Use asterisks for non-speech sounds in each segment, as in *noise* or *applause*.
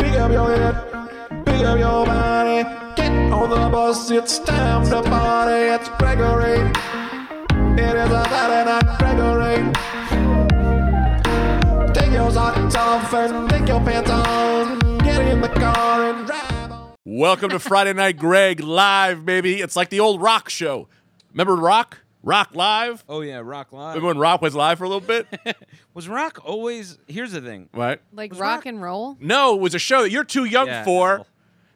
up your head, pick up your body. Get on the bus, it's time to party. It's Gregory. It is a Saturday night, Gregory. Take your socks off and take your pants on. Get in the car and drive on. Welcome to Friday Night Greg live, baby. It's like the old rock show. Remember Rock? Rock Live? Oh yeah, Rock Live. Remember when Rock was live for a little *laughs* bit? Was Rock always? Here's the thing. Right? Like Was rock rock- and roll? No, it was a show that you're too young Yeah. for.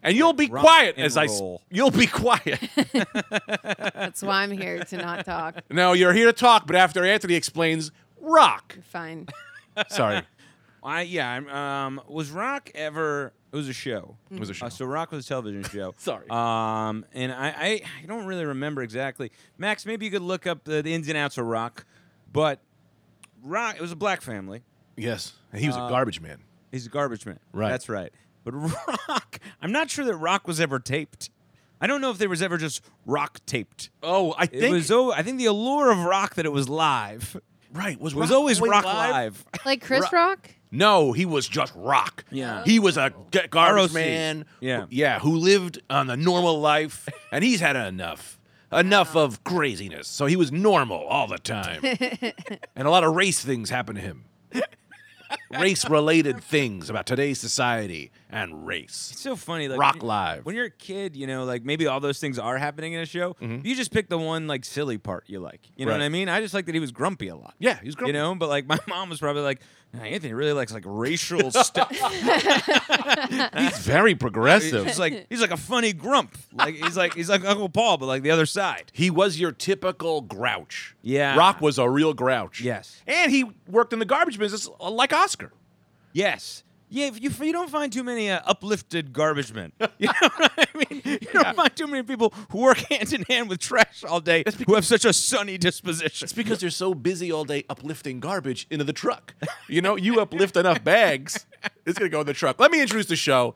And you'll be rock quiet and as I. s- roll. You'll be *laughs* quiet. That's why I'm here *laughs* to not talk. no, you're here to talk, but after Anthony explains, rock. Fine. *laughs* Sorry. I yeah. I'm, um, was Rock ever? It was a show. It was a show. Uh, so Rock was a television show. *laughs* Sorry. Um, and I, I I don't really remember exactly. Max, maybe you could look up the, the ins and outs of Rock, but Rock. It was a black family. yes. And he was Uh, a garbage man. He's a garbage man. Right. That's right. But *laughs* Rock. I'm not sure that Rock was ever taped. I don't know if there was ever just Rock taped. Oh, I It think. was. Oh, I think the allure of Rock that it was live. right. Was It was Rock always Rock live. Like Chris Rock- Rock? No, he was just rock. Yeah. He was a g- garbage ROC. man. Yeah. who- Yeah, who lived on the normal life *laughs* and he's had enough. Enough of craziness. So he was normal all the time. and a lot of race things happened to him. race related things about today's society and *laughs* It's *laughs* race. so funny. Like Rock when- Live. When you're a kid, you know, like maybe all those things are happening in a show. You just pick the one like silly part you like. You know Mm-hmm. Right. what I mean? I just like that he was grumpy a lot. Yeah, he was grumpy. You know, but like *laughs* my mom was probably like, "Nah, Anthony really likes like *laughs* racial stuff. He's very progressive. He's like he's like a funny grump. Like he's like he's like Uncle Paul, but like the other side. He was your typical grouch. Yeah. Rock was a real grouch. Yes. And he worked in the garbage business uh, like Oscar. Yes. Yeah, if you, you don't find too many uh, uplifted garbage men. *laughs* You know what I mean? You don't find too many people who work *laughs* hand in hand with trash all day who have such a sunny disposition. It's because they're so busy all day uplifting garbage into the truck. You know, you uplift enough bags, it's going to go in the truck. Let me introduce the *laughs* show.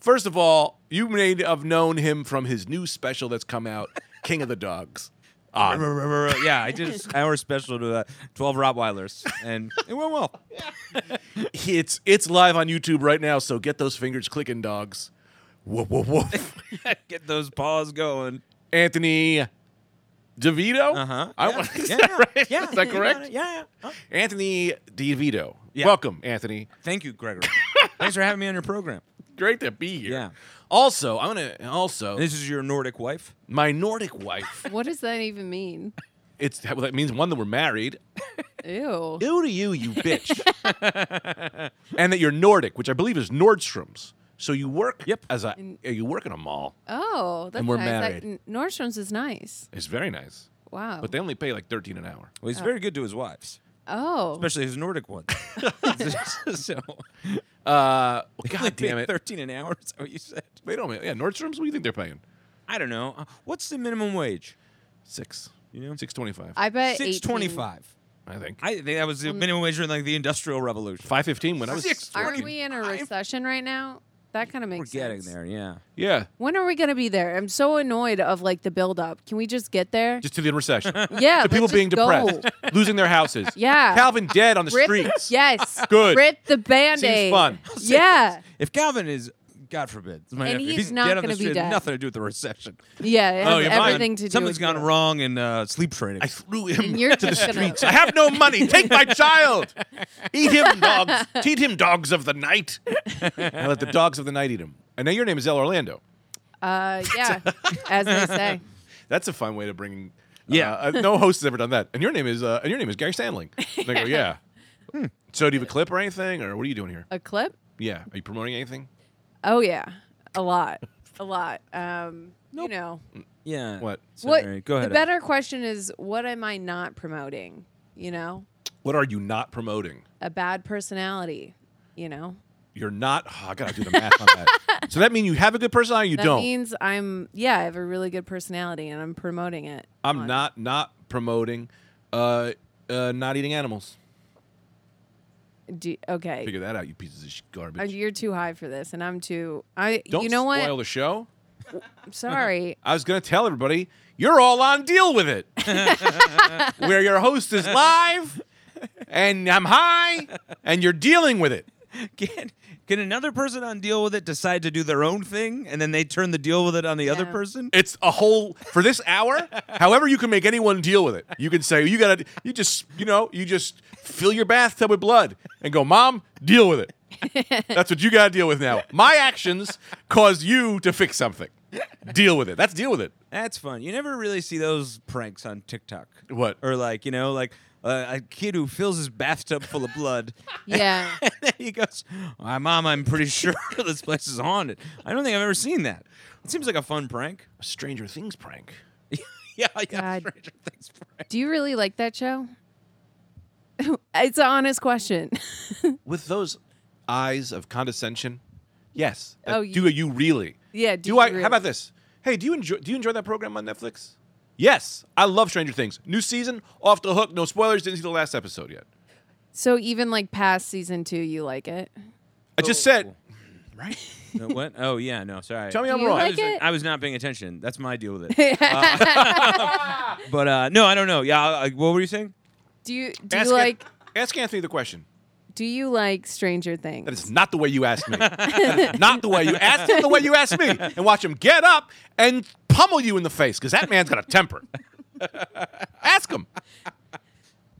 First of all, you may have known him from his new special that's come out, King of the Dogs. Um, On. yeah, *laughs* I did an hour special to uh, 12 Rottweilers, and it went well. It's it's live on YouTube right now, so get those fingers clicking, dogs. Woof woof *laughs* woof. *laughs* Get those paws going. Anthony DeVito. Uh huh. I yeah. want. Is yeah, that yeah, right? Yeah, Is that *laughs* you got correct? it. Yeah. Oh. yeah. Huh? Anthony DeVito. Yeah. Welcome, Anthony. Thank you, Gregory. *laughs* Thanks for having me on your program. Great to be here. Yeah. Also, I'm gonna also This is your Nordic wife. my Nordic wife. What does that even mean? It's well, that means one that we're married. Ew. Ew to you, you bitch. *laughs* and that you're Nordic, which I believe is Nordstrom's. So you work Yep. as a you work in a mall. Oh, that's we're nice. married. That- Nordstrom's is nice. It's very nice, Wow. but they only pay like thirteen an hour. Well, he's very good to his wives, oh. especially his *laughs* Nordic one. *laughs* so, Uh, God damn it! 13 an hour is what you said. Wait a minute. Yeah, Nordstrom's. What do you think they're paying? I don't know. Uh, What's the minimum wage? Six. You know? six twenty-five. I, I bet 18. 625. think I think that was the minimum wage during like the Industrial Revolution. Um, five fifteen when I was. Six Aren't working. we in a recession right now? That kind of We're makes getting sense. there, yeah. Yeah, When are we going to be there? I'm so annoyed of like the buildup. Can we just get there? just to the recession. *laughs* yeah. to people let's being just go. depressed, losing their houses. Yeah. Calvin dead on the *laughs* Rip, streets. *laughs* Yes. Good. Rip the band aid. fun. Yeah. *laughs* If Calvin is, God forbid, my- And if he's not dead on the gonna be street, it has dead. Nothing to do with the recession. Oh, Yeah. Oh, It has you're fine. everything to do Something's with gone you. wrong in uh, sleep training. I threw him And to you're the just gonna- streets. I have no money. Take *laughs* my child. Eat him, dogs. Eat him, dogs of the night. And let the dogs of the night eat him. And now your name is El Orlando. Uh, yeah. as they say. That's a fun way to bring. Yeah. uh, uh, no host has ever done that. And your name is uh, and your name is Gary Sandling. And they go, yeah. Hmm. So do you have a clip or anything, or what are you doing here? A clip? Yeah. Are you promoting anything? Oh yeah, a lot, a lot. Um, You know, yeah. What? what? Sorry, Go ahead. The better question is, what am I not promoting? You know, What are you not promoting? a bad personality. You know, You're not. oh, I gotta do the math on that. So that means you have a good personality. or You that don't. means I'm yeah, I have a really good personality and I'm promoting it. I'm on- not not promoting, uh, uh, not eating animals. Do, okay, Figure that out, you pieces of sh- garbage. Uh, you're too high for this, and I'm too. I. Don't you know what? spoil the show. I'm sorry. I was going to tell everybody, you're all on deal with *laughs* it. Where your host is live and I'm high and you're dealing with it. *laughs* can can another person on deal with it decide to do their own thing and then they turn the deal with it on the other Yeah. person? It's a whole for this hour. however, you can make anyone deal with it. You can say you gotta, you just, you know, you just fill your bathtub with blood and go, Mom, deal with it. *laughs* That's what you gotta deal with now. My actions caused you to fix something. Deal with it. That's deal with it. That's fun. You never really see those pranks on TikTok. What? Or like you know like uh, a kid who fills his bathtub full of blood. *laughs* Yeah. And then he goes, "My mom, I'm pretty *laughs* sure this place is haunted." I don't think I've ever seen that. It seems like a fun prank. A Stranger Things prank. *laughs* yeah, yeah. God. Stranger Things prank. Do you really like that show? *laughs* it's an honest question. With those eyes of condescension. Yes. Oh, Uh, you- do you really? yeah. Do I? you How about really- this? Hey, do you enjoy? Do you enjoy that program on Netflix? Yes, I love Stranger Things. New season, off the hook. No spoilers. Didn't see the last episode yet. So even like past season two, you like it? I just Oh. said, right? No, what? Oh yeah, no, sorry. Tell me I'm You wrong. I like was, it? I was not paying attention. That's my deal with it. *laughs* Uh, *laughs* but uh, no, I don't know. Yeah, I- I- what were you saying? Do you do Ask you An- like ask Anthony the question. do you like Stranger Things? That is not the way you asked me. *laughs* not the way you asked him. The way you asked me, and watch him get up and pummel you in the face because that man's got a temper. *laughs* ask him.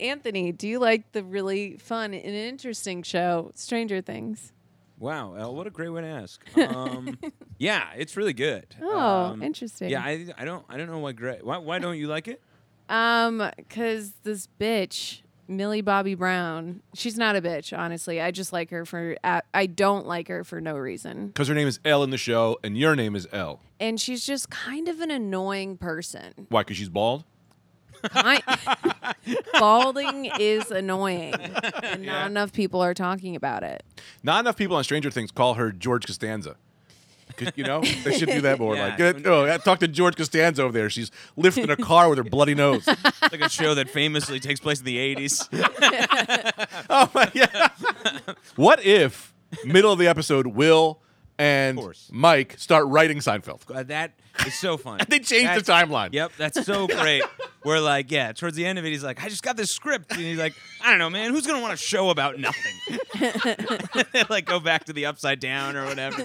Anthony, do you like the really fun and interesting show Stranger Things? Wow, El, what a great way to ask. *laughs* Um, yeah, it's really good. Oh, Um, interesting. Yeah, I, I don't I don't know why great. Why, why don't you like it? Um, cause this bitch Millie Bobby Brown, she's not a bitch, honestly. I just like her for a- I don't like her for no reason, Because her name is L in the show, and your name is L. and she's just kind of an annoying person. Why? Because she's bald. *laughs* I- balding is annoying, and not enough people are talking about it. Not enough people on Stranger Things call her George Costanza. 'Cause, You know, they should do that more. Yeah. Like, get- oh, I talked to George Costanza over there. She's lifting *laughs* a car with her bloody nose. *laughs* It's like a show that famously takes place in the *laughs* '80s. Oh my god! what if middle of the episode, Will and Of course. Mike start writing Seinfeld? Uh, that is so *laughs* fun. They changed the That's- timeline. Yep, that's so great. We're like, yeah, towards the end of it, he's like, I just got this script. And he's like, I don't know, man, who's going to want a show about nothing? *laughs* like, go back to the upside down or whatever.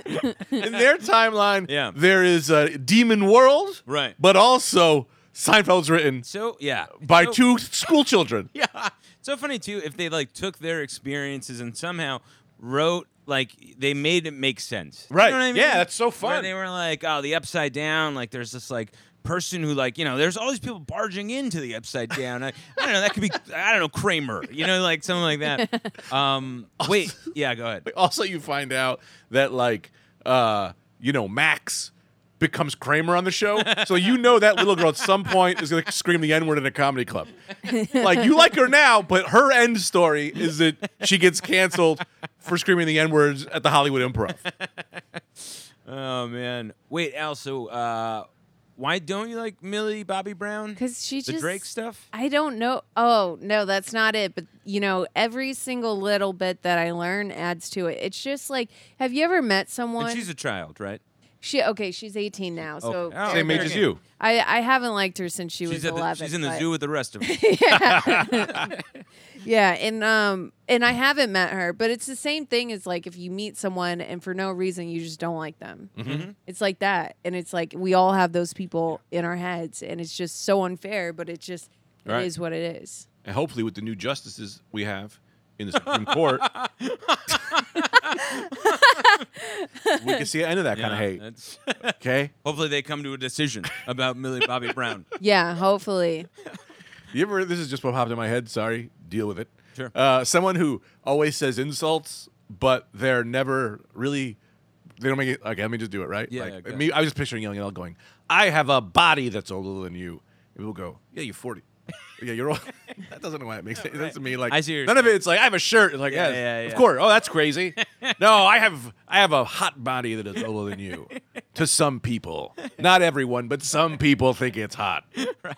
In their timeline, Yeah. there is a Demon World, Right. But also Seinfeld's written So, yeah. by so, two school children. *laughs* Yeah. It's so funny, too, if they like took their experiences and somehow wrote, like, they made it make sense. You know Right. what I mean? Yeah, that's so Where fun. they were like, oh, the upside down, like, there's this, like, person who like you know there's all these people barging into the upside down I, I don't know that could be i don't know kramer you know like something like *laughs* that um *laughs* wait yeah go ahead Also, you find out that like uh, you know Max becomes Kramer on the show, so you know that little girl at some point is gonna scream the N word in a comedy club. Like you like her now, but her end story is that she gets canceled for screaming the N words at the Hollywood Improv. Oh man. Wait, Al, so uh why don't you like Millie Bobby Brown? Cause she the just Drake stuff? I don't know. Oh, no, that's not it. But, you know, every single little bit that I learn adds to it. It's just like, have you ever met someone? And she's a child, right? she, okay, she's 18 now. So Okay. Oh, Same okay. age as you. I, I haven't liked her since she was She's, at the- 11. she's in the but- zoo with the rest of them. Yeah. And, um, and I haven't met her, but it's the same thing as like if you meet someone and for no reason you just don't like them. Mm-hmm. Mm-hmm. It's like that. And it's like we all have those people in our heads. And it's just so unfair, but it's just, Right. it is what it is. And hopefully, with the new justices we have in the Supreme Court, we can see an end of that kind of hate. Okay. hopefully they come to a decision about Millie Bobby Brown. Yeah, hopefully. You ever? This is just what popped in my head. Sorry, deal with it. Sure. Uh, someone who always says insults, but they're never really. They don't make it. Okay, let me just do it right. Yeah, Like, yeah, go. me, I was just picturing yelling at all, going, "I have a body that's older than you." And people go, "Yeah, you're *laughs* 40. yeah, you're old." that doesn't know why it makes sense to me. Like, I see what you're none of it. It's like I have a shirt. It's like, Yeah, yeah, yeah, of yeah. course. Oh, that's *laughs* crazy. no, I have I have a hot body that is older than you. to some people, *laughs* not everyone, but some people think it's hot. *laughs* right,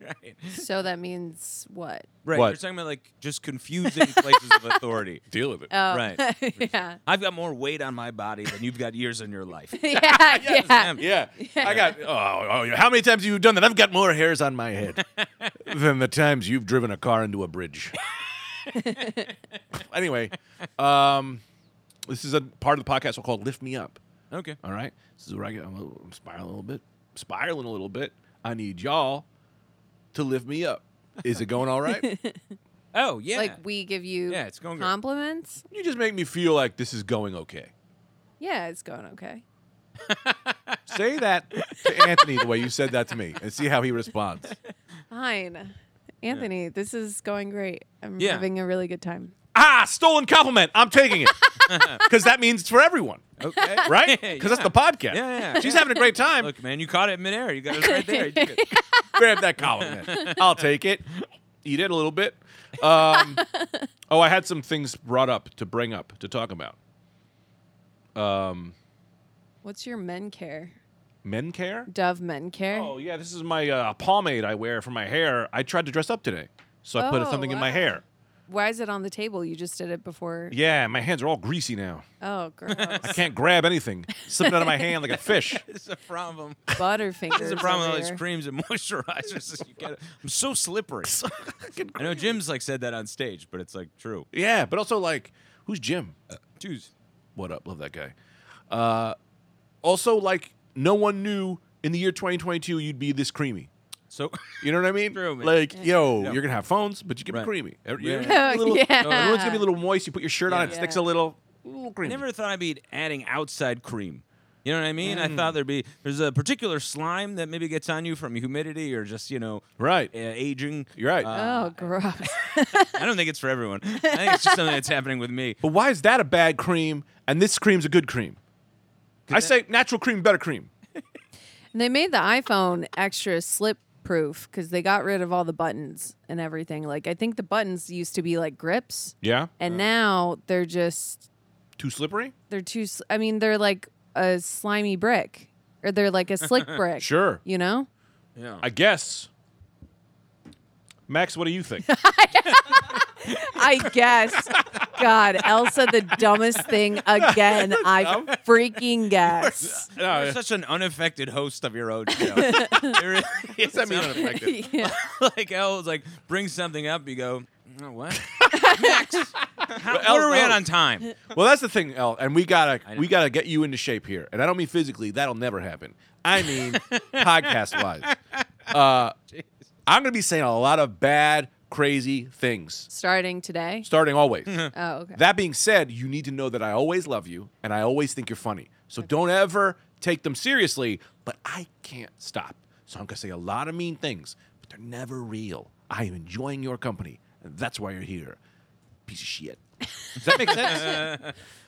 right. So that means what? Right. What? You're talking about like just confusing places of *laughs* authority. Deal with it. Oh, Right. *laughs* yeah. I've got more weight on my body than you've got years in your *laughs* life. *laughs* *laughs* Yeah, yeah. Yeah. I got. Oh, oh, how many times have you done that? I've got more hairs on my head than the times you've driven a car into a bridge. anyway, um, This is a part of the podcast we're called Lift Me Up. Okay. All right. This is where I get I'm, a little, I'm spiraling a little bit. Spiraling a little bit. I need y'all to lift me up. Is it going all right? Oh yeah. Like we give you Yeah, it's going good. compliments. you just make me feel like this is going okay. Yeah, it's going okay. Say that to Anthony the way you said that to me and see how he responds. Fine. Anthony, this is going great. I'm Yeah. having a really good time. Ah, stolen compliment. I'm taking *laughs* it. Because that means it's for everyone, *laughs* okay. right? *laughs* Because that's the podcast. Yeah, yeah, yeah. She's having a great time. Look, man, you caught it midair. You got it right there. You did good. grab that column. Man. I'll take it. Eat it a little bit. *laughs* Um, oh, I had some things brought up to bring up to talk about. Um, What's your men care? men care. Dove men care. Oh yeah, this is my uh, pomade I wear for my hair. I tried to dress up today, so I put Oh, something in my wow. hair. Why is it on the table? You just did it before. Yeah, my hands are all greasy now. *laughs* Oh, gross. I can't grab anything. Slipping out of my hand like a *laughs* fish. *laughs* It's a problem. Butterfingers. It's a problem with over all these here. creams and *laughs* moisturizers. *laughs* that You get I'm so slippery. I know Jim's like said that on stage, but it's like true. *laughs* Yeah, but also like, who's Jim? Dudes. What up? Love that guy. Uh, also, like, no one knew in the year 2022 you'd be this creamy. So *laughs* You know what I mean? True, man. Like, yo, Yeah. you're gonna have phones, but you can Right. be Oh, creamy. Every- you're gonna Yeah. *laughs* be a little- Yeah. Everyone's gonna be a little moist. You put your shirt on, it Yeah. sticks a little, a little I creamy. never thought I'd be adding outside cream. You know what I mean? I Mm. thought there'd be there's a particular slime that maybe gets on you from humidity or just you know right. uh, aging. Uh, You're right. Oh, gross. *laughs* I don't think it's for everyone. I think it's just something that's happening with me. but why is that a bad cream and this cream's a good cream? I say natural cream, better cream. And they made the iPhone extra slip proof because they got rid of all the buttons and everything. Like, I think the buttons used to be like grips, Yeah. Uh. and now they're just Too slippery? they're too s- i mean they're like a slimy brick or they're like a *laughs* slick brick Sure. you know Yeah. I guess. Max, what do you *laughs* think? i guess god elsa the dumbest thing *laughs* again i *laughs* freaking guess No, You're it such an unaffected host *laughs* of your own show. It really is doesn't mean unaffected. *laughs* yeah. *laughs* like Elle was like bring something up. You go, "Oh, *laughs* what? Max, how, what are we at no. *laughs* on time? Well, that's the thing, El, and we gotta I know. we gotta get you into shape here, and I don't mean physically; that'll never happen. I *laughs* mean podcast wise. Uh, I'm gonna be saying a lot of bad, crazy things, starting today starting *laughs* always. oh okay that being said, you need to know that I always love you, and I always think you're funny. So don't ever take them seriously. But I can't stop, so I'm gonna say a lot of mean things, but they're never real. I am enjoying your company, and that's why you're here. Piece of shit. Does that make *laughs* sense?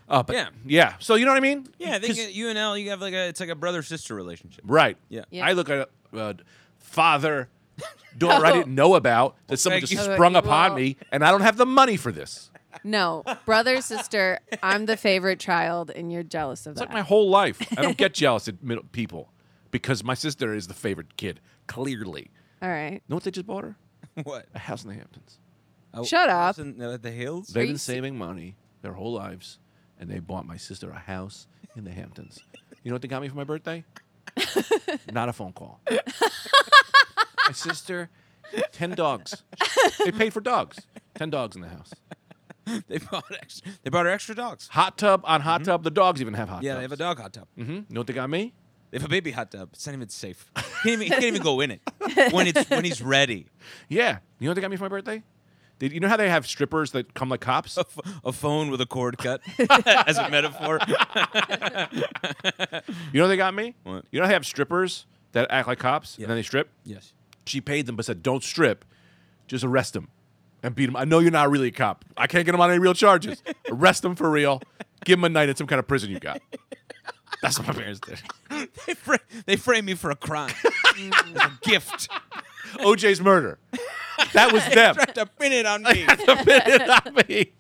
Uh, but Yeah. yeah. So you know what I mean? Yeah, I think 'Cause- that you and Elle, you have like a it's like a brother sister relationship. *laughs* right. Yeah. Yeah. I look at a uh, father *laughs* daughter I didn't know about that someone thank just you. Oh, sprung you upon all- me, and I don't have the money for this. no brother sister i'm the favorite child and you're jealous of It's that like my whole life. I don't get jealous at middle people because my sister is the favorite kid. Clearly, all right know what they just bought her? What? A house in the Hamptons. Oh, Shut up. In, uh, the hills. They've you been se- saving money their whole lives, and they bought my sister a house in the Hamptons. You know what they got me for my birthday? Not a phone call. my sister, ten dogs. They paid for dogs. Ten dogs in the house. they bought extra, they bought her extra dogs. Hot tub on hot tub. The dogs even have hot Mm-hmm. Yeah, tubs. they have a dog hot tub. hmm You know what they got me? They have a baby hot tub. It's not even safe. He can't even, he can't even go in *laughs* it when it's when he's ready. Yeah. You know what they got me for my birthday? They, you know how they have strippers that come like *laughs* cops? A, ph- a phone with a cord cut *laughs* as a metaphor. You know what they got me? What? You know how they have strippers that act like cops Yeah. and then they strip? yes. She paid them but said, don't strip. Just arrest them and beat them. I know you're not really a cop. I can't get them on any real charges. arrest them for real. Give them a night at some kind of prison you got. That's what my parents did. They, fra- they frame me for a *laughs* crime. As a gift. OJ's murder. That was them. *laughs* Tried to pin it on me. Not me.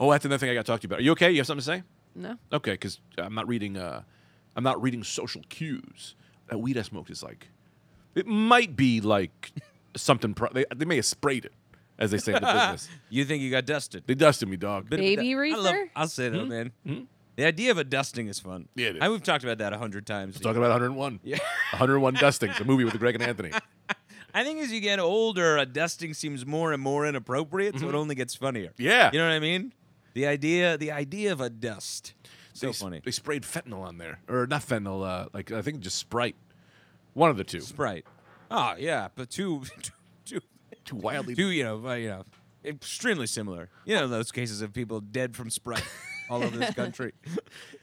Oh, that's another thing I got to talk to you about. Are you okay? You have something to say? no Okay, because I'm not reading. Uh, I'm not reading social cues. That weed I smoked is like, it might be like something. Pro- they they may have sprayed it, as they say in the business. *laughs* you think you got dusted? They dusted me, dog. bit of a Baby du- I love, reefer? I'll say that, man. The idea of a dusting is fun. Yeah, it is. I, we've talked about that a hundred times. Talking about 101. *laughs* Yeah. 101 dustings, a movie with Greg and Anthony. I think as you get older, a dusting seems more and more inappropriate, so it only gets funnier. Mm-hmm. Yeah. You know what I mean? The idea, the idea of a dust. So they, s- funny. They sprayed fentanyl on there, or not fentanyl. Uh, like I think just Sprite. One of the two. Sprite. Ah, yeah, but two, *laughs* two, Two wildly. two. You know, uh, you know, extremely similar. You know, those cases of people dead *laughs* from Sprite all over this country.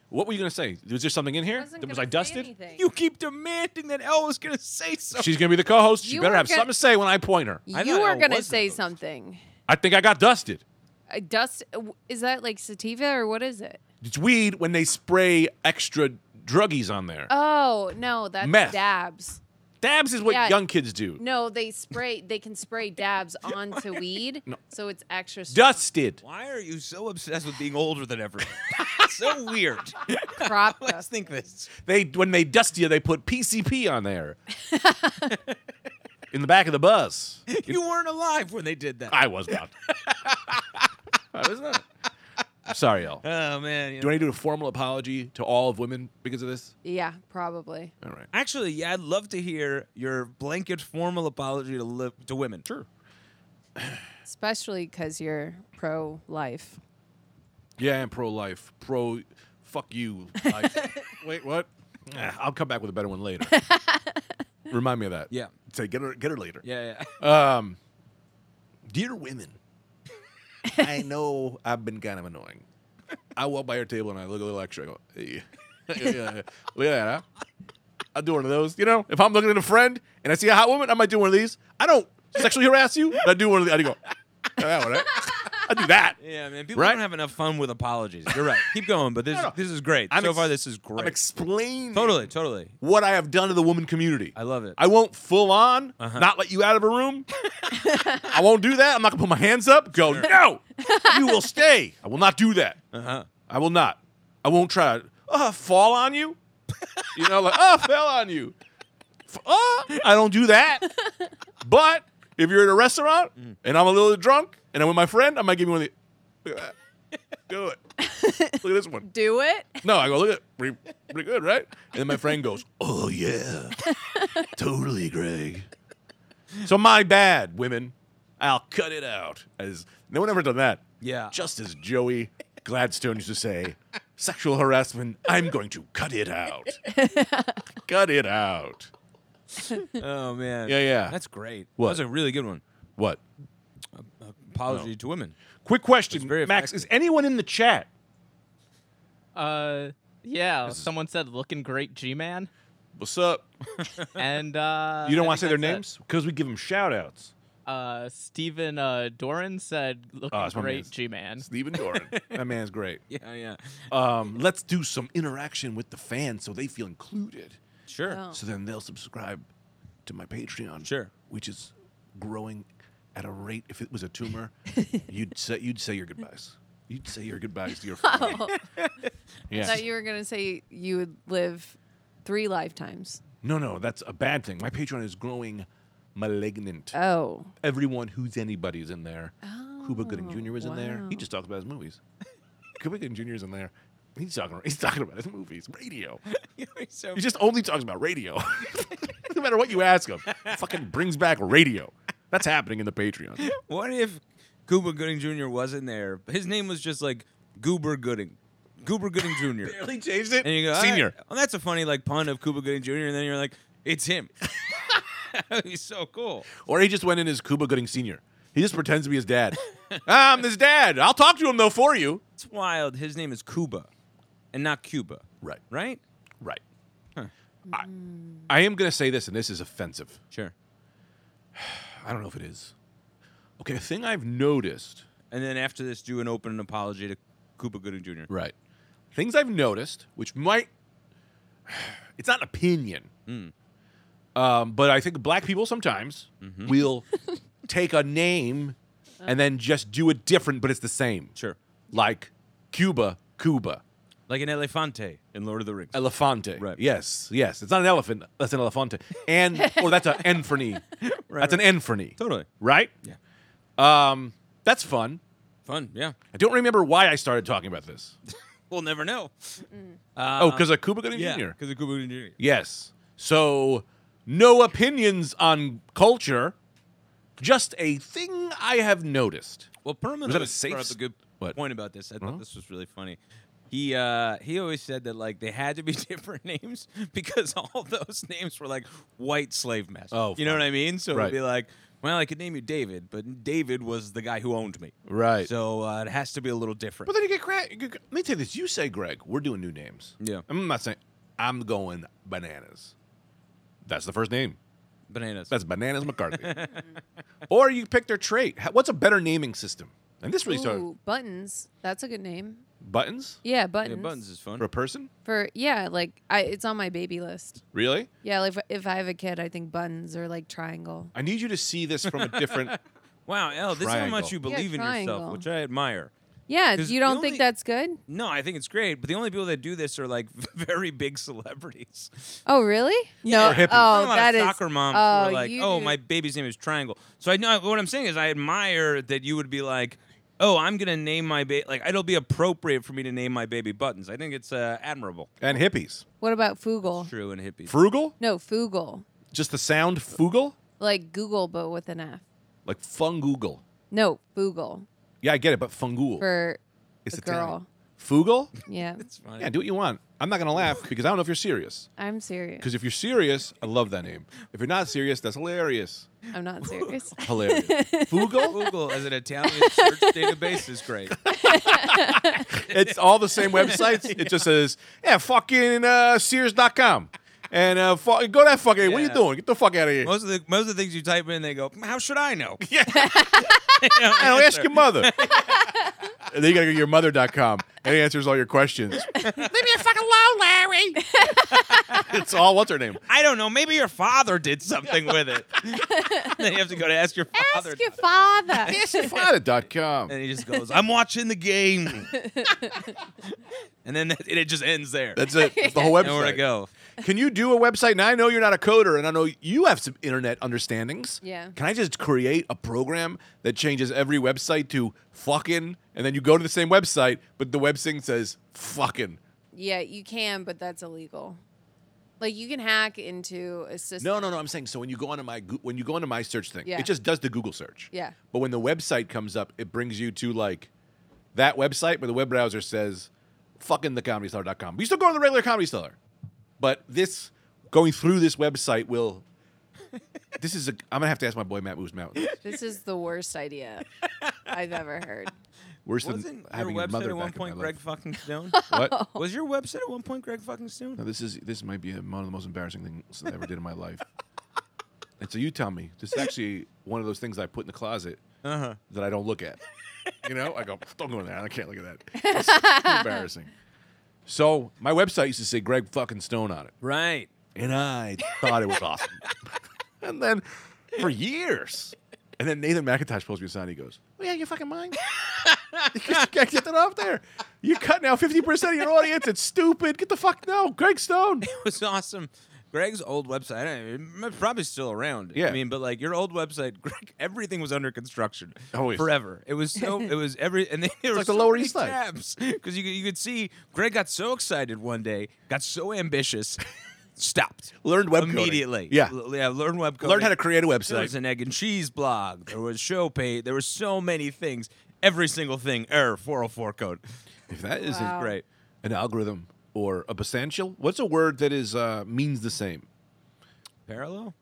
What were you gonna say? Was there something in here? wasn't was gonna I say dusted? anything. You keep demanding that Ellen's gonna say something. She's gonna be the co-host. She You better were have gonna- something to say when I point her. I You thought were I gonna was say nervous. something. I think I got dusted. Uh, dust uh, w- is that like sativa or what is it? It's weed when they spray extra druggies on there. Oh no, that's Meth. dabs. Dabs is what yeah. young kids do. No, they spray. They can spray dabs onto weed, so it's extra. strong. Dusted. Why are you so obsessed with being older than *laughs* everyone? so weird. Crop I dust. think this. They when they dust you, they put PCP on *laughs* there. in the back of the bus. You weren't alive when they did that. I was not. *laughs* I was not. I'm sorry, y'all. oh man. you Do I need to do a formal apology to all of women because of this? Yeah, probably. All right. Actually, yeah, I'd love to hear your blanket formal apology to li- to women. Sure. Especially because you're pro-life. Yeah, I'm pro life. Pro fuck you. life. wait, what? Ah, I'll come back with a better one later. Remind me of that. Yeah. Say get her get her later. Yeah, *laughs* yeah. *laughs* Um Dear women, I know I've been kind of annoying. I walk by your table and I look a little extra. I go, hey. *laughs* yeah, look at that, huh? I'll do one of those. You know, if I'm looking at a friend and I see a hot woman, I might do one of these. I don't sexually harass you, but I do one of the. I do go, "Yeah, that one, eh?" I do that. Yeah, man. People Right? don't have enough fun with apologies. You're right. Keep going, but this No, no. this is great. I'm so ex- far, this is great. I'm explaining totally, totally. what I have done to the woman community. I love it. I won't full on not let you out of a room. I won't do that. I'm not gonna put my hands up. Go no. You will stay. I will not do that. Uh-huh. I will not. I won't try to uh, fall on you. You know, like oh, fell on you. F- uh, I don't do that. But if you're at a restaurant and I'm a little drunk and I'm with my friend, I might give you one of the. Look at that. Do it. Look at this one. Do it. No, I go, look at pretty, pretty good, right? And then my friend goes, oh, yeah. *laughs* totally, Greg. So my bad, women. I'll cut it out. As no one ever done that. Yeah. Just as Joey Gladstone used to say, sexual harassment, I'm going to cut it *laughs* out. cut it out. Oh man. Yeah, yeah. That's great. What? That was a really good one. What? Apology Oh. to women. *laughs* Quick question, very Max. Is anyone in the chat? Uh, yeah. Someone said looking *laughs* great, G-Man, What's up? and uh, You don't I want think to say their that's it. names? Because we give them shout outs. Uh, Stephen uh, Doran said looking Oh, that's my man's- great, G-Man. Stephen Doran. *laughs* that man's great. Yeah, yeah. um, let's do some interaction with the fans so they feel included. Sure. Oh. So then they'll subscribe to my Patreon, Sure. which is growing at a rate. If it was a *laughs* tumor, you'd say you'd say your goodbyes. You'd say your goodbyes to your family. *laughs* *laughs* *laughs* Oh, I Yeah. thought you were gonna say you would live three lifetimes. No, no, that's a bad thing. My Patreon is growing malignant. Oh. Everyone who's anybody is in there. Cuba Gooding Oh, Jr. was in there. He wow. just talked about his movies. *laughs* Cuba Gooding Jr. is in there. He's talking. He's talking about his movies, radio. *laughs* so He just only talks about radio. *laughs* no matter what you ask him, fucking brings back radio. That's happening in the Patreon. What if Cuba Gooding Jr. wasn't there? His name was just like Goober Gooding. Goober Gooding *laughs* Jr. Barely changed it. And you go, "All right, senior. well, that's a funny like pun of Cuba Gooding Jr. And then you're like, it's him. *laughs* He's so cool. Or he just went in as Cuba Gooding Senior. He just pretends to be his dad. *laughs* "Ah, I'm his dad. I'll talk to him though for you. It's wild. His name is Cuba, and not Cuba. Right. Right? Right. I, I am gonna say this, and this is offensive. Sure. I don't know if it is. Okay, a thing I've noticed. And then after this, do an open apology to Cuba Gooding Jr. Right. Things I've noticed, which might, *sighs* it's not an opinion, Hmm. um, but I think black people sometimes Mm-hmm. *laughs* will take a name and then just do it different, but it's the same. Sure. Like Cuba, Cuba, Like an elefante in Lord of the Rings. Elefante. Right. Yes, yes. It's not an elephant. That's an elefante. *laughs* And, or that's an enfrony. that's right. an enfrony. totally. Right? Yeah. Um, that's fun. Fun. Yeah. I don't remember why I started talking about this. We'll never know. oh, because of Cuba Gooding Uh, Yeah. Jr. Because of Cuba Gooding Jr. Yes. So, no opinions on culture, just a thing I have noticed. Well, Was Perlman that a always safe brought up s- a good What? point about this. I Uh-huh. thought this was really funny. He uh, he always said that like they had to be *laughs* different names because *laughs* all those names were like white slave masters. Oh, you know fuck. what I mean? So Right. it'd be like, well, I could name you David, but David was the guy who owned me, Right. so uh, it has to be a little different. But then you get Greg. you get- Let me tell you this. You say Greg. We're doing new names. Yeah. I'm not saying I'm going bananas. That's the first name. Bananas. That's bananas McCarthy. or you pick their trait. Ha- What's a better naming system? And this really started Ooh, buttons. That's a good name. buttons Yeah, yeah, buttons. buttons is fun. for a person. For yeah, like I, it's on my baby list. Really? Yeah, like if, if I have a kid, I think buttons or like triangle. I need you to see this from a different. Wow, El, this is how much Triangle. you believe in triangle. yourself, which I admire. Yeah, 'Cause you don't the think only- that's good? No, I think it's great, but the only people that do this are like *laughs* very big celebrities. Oh, really? Or No. hippies. I know a Oh, lot that of is. soccer moms who are oh, like, you "Oh, do- my baby's name is Triangle." So I know what I'm saying is I admire that you would be like, "Oh, I'm gonna name my baby like it'll be appropriate for me to name my baby Buttons." I think it's uh, admirable, and hippies. What about Fugle? true, and hippie. Frugal? No, Fugle. Just the sound fugal? Like Google, but with an F. Like fungugal. No, Fugle Yeah, I get it, but fungool. for it's a Italian. girl. Fugal? *laughs* Yeah, It's funny. Yeah, do what you want. I'm not going to laugh because I don't know if you're serious. I'm serious. Because if you're serious, I love that name. If you're not serious, that's hilarious. I'm not serious. *laughs* Hilarious. Fugal? Google as an Italian search database is great. It's all the same websites. It just says, yeah, fucking uh, Sears.com. And uh, fu- go that fucking, what are you Yeah. doing? Get the fuck out of here. Most of the most of the things you type in, they go, "How should I *laughs* know?" Yeah. I don't ask your mother. *laughs* and then you gotta go to your mother.com. And it answers all your questions. *laughs* *laughs* Leave me a fucking alone, Larry. it's all what's her *laughs* name? I don't know. Maybe your father did something with it. then you have to go to ask your father. Ask your *laughs* father. Fada.com. and he just goes, "I'm watching the *laughs* game," and then that, it just ends there. That's it. That's the *laughs* whole website. nowhere to go. Can you do a website? And I know you're not a coder, and I know you have some internet understandings. Yeah. Can I just create a program that changes every website to fucking, and then you go to the same website, but the web thing says fucking. yeah, you can, but that's illegal. Like you can hack into a system. No, no, no. I'm saying so when you go onto my Goo- when you go into my search thing, Yeah. it just does the Google search. Yeah. But when the website comes up, it brings you to like that website where the web browser says fucking the comedy cellar.com. But you still go to the regular comedy cellar. But this going through this website will *laughs* this is a I'm gonna have to ask my boy Matt Moose Matt. This is the worst idea I've ever *laughs* heard. Worse than Wasn't your having your website mother at one back in point my Greg life. *laughs* fucking Stone? Oh. What? Was your website at one point Greg fucking Stone? No, this is this might be one of the most embarrassing things I ever did in my *laughs* life. And so you tell me, this is actually one of those things I put in the closet Uh-huh. that I don't look at. You know, I go, don't go in there. I can't look at that. It's too embarrassing. So my website used to say Greg fucking Stone on it, Right. and I thought it was awesome. *laughs* and then for years, and then Nathan McIntosh pulls me aside. and He goes, "Oh yeah, you fucking mind? *laughs* you can't get that off there. You're cutting out fifty percent of your audience. It's stupid. Get the fuck no, Greg Stone." *laughs* It was awesome. Greg's old website, I don't know, it's probably still around. Yeah. I mean, but like your old website, *laughs* Greg, everything was under construction. Always. Forever. It *laughs* was so, it was every, and then it was like the Lower East Side. *laughs* Because you, could- you could see Greg got so excited one day, got *laughs* so ambitious, stopped. Learned web coding. Immediately. Yeah. L- yeah, learn web coding. Learn how to create a There was website. an egg and cheese blog. There was show pay. There were so many things. Every single thing, error 404 code. If that isn't Wow. Great. an algorithm or a essential, what's a word that is uh, means the same Parallel?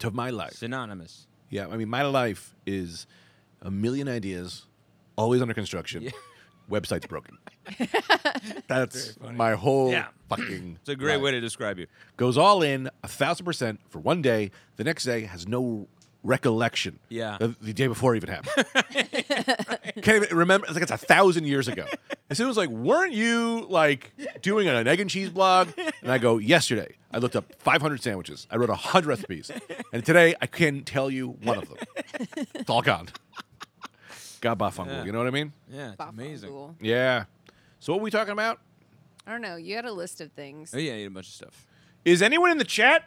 to my life? Synonymous. Yeah, I mean, my life is a million ideas, always under construction. Website's *laughs* broken. That's my whole Yeah. fucking. It's a great way to describe you. goes all in a thousand percent for one day. The next day has no recollection. Yeah. of the day before even *laughs* happened. Can't even remember. It's like it's a thousand years ago. And so it was like, weren't you like doing an egg and cheese blog? And I go, yesterday I looked up 500 sandwiches. I wrote 100 recipes, and today I can't tell you one of them. It's all gone. God bah fungal. Yeah. You know what I mean? Yeah, it's Bop on amazing. Oh, Google. Yeah. So what are we talking about? I don't know. You had a list of things. Oh yeah, I ate a bunch of stuff. Is anyone in the chat?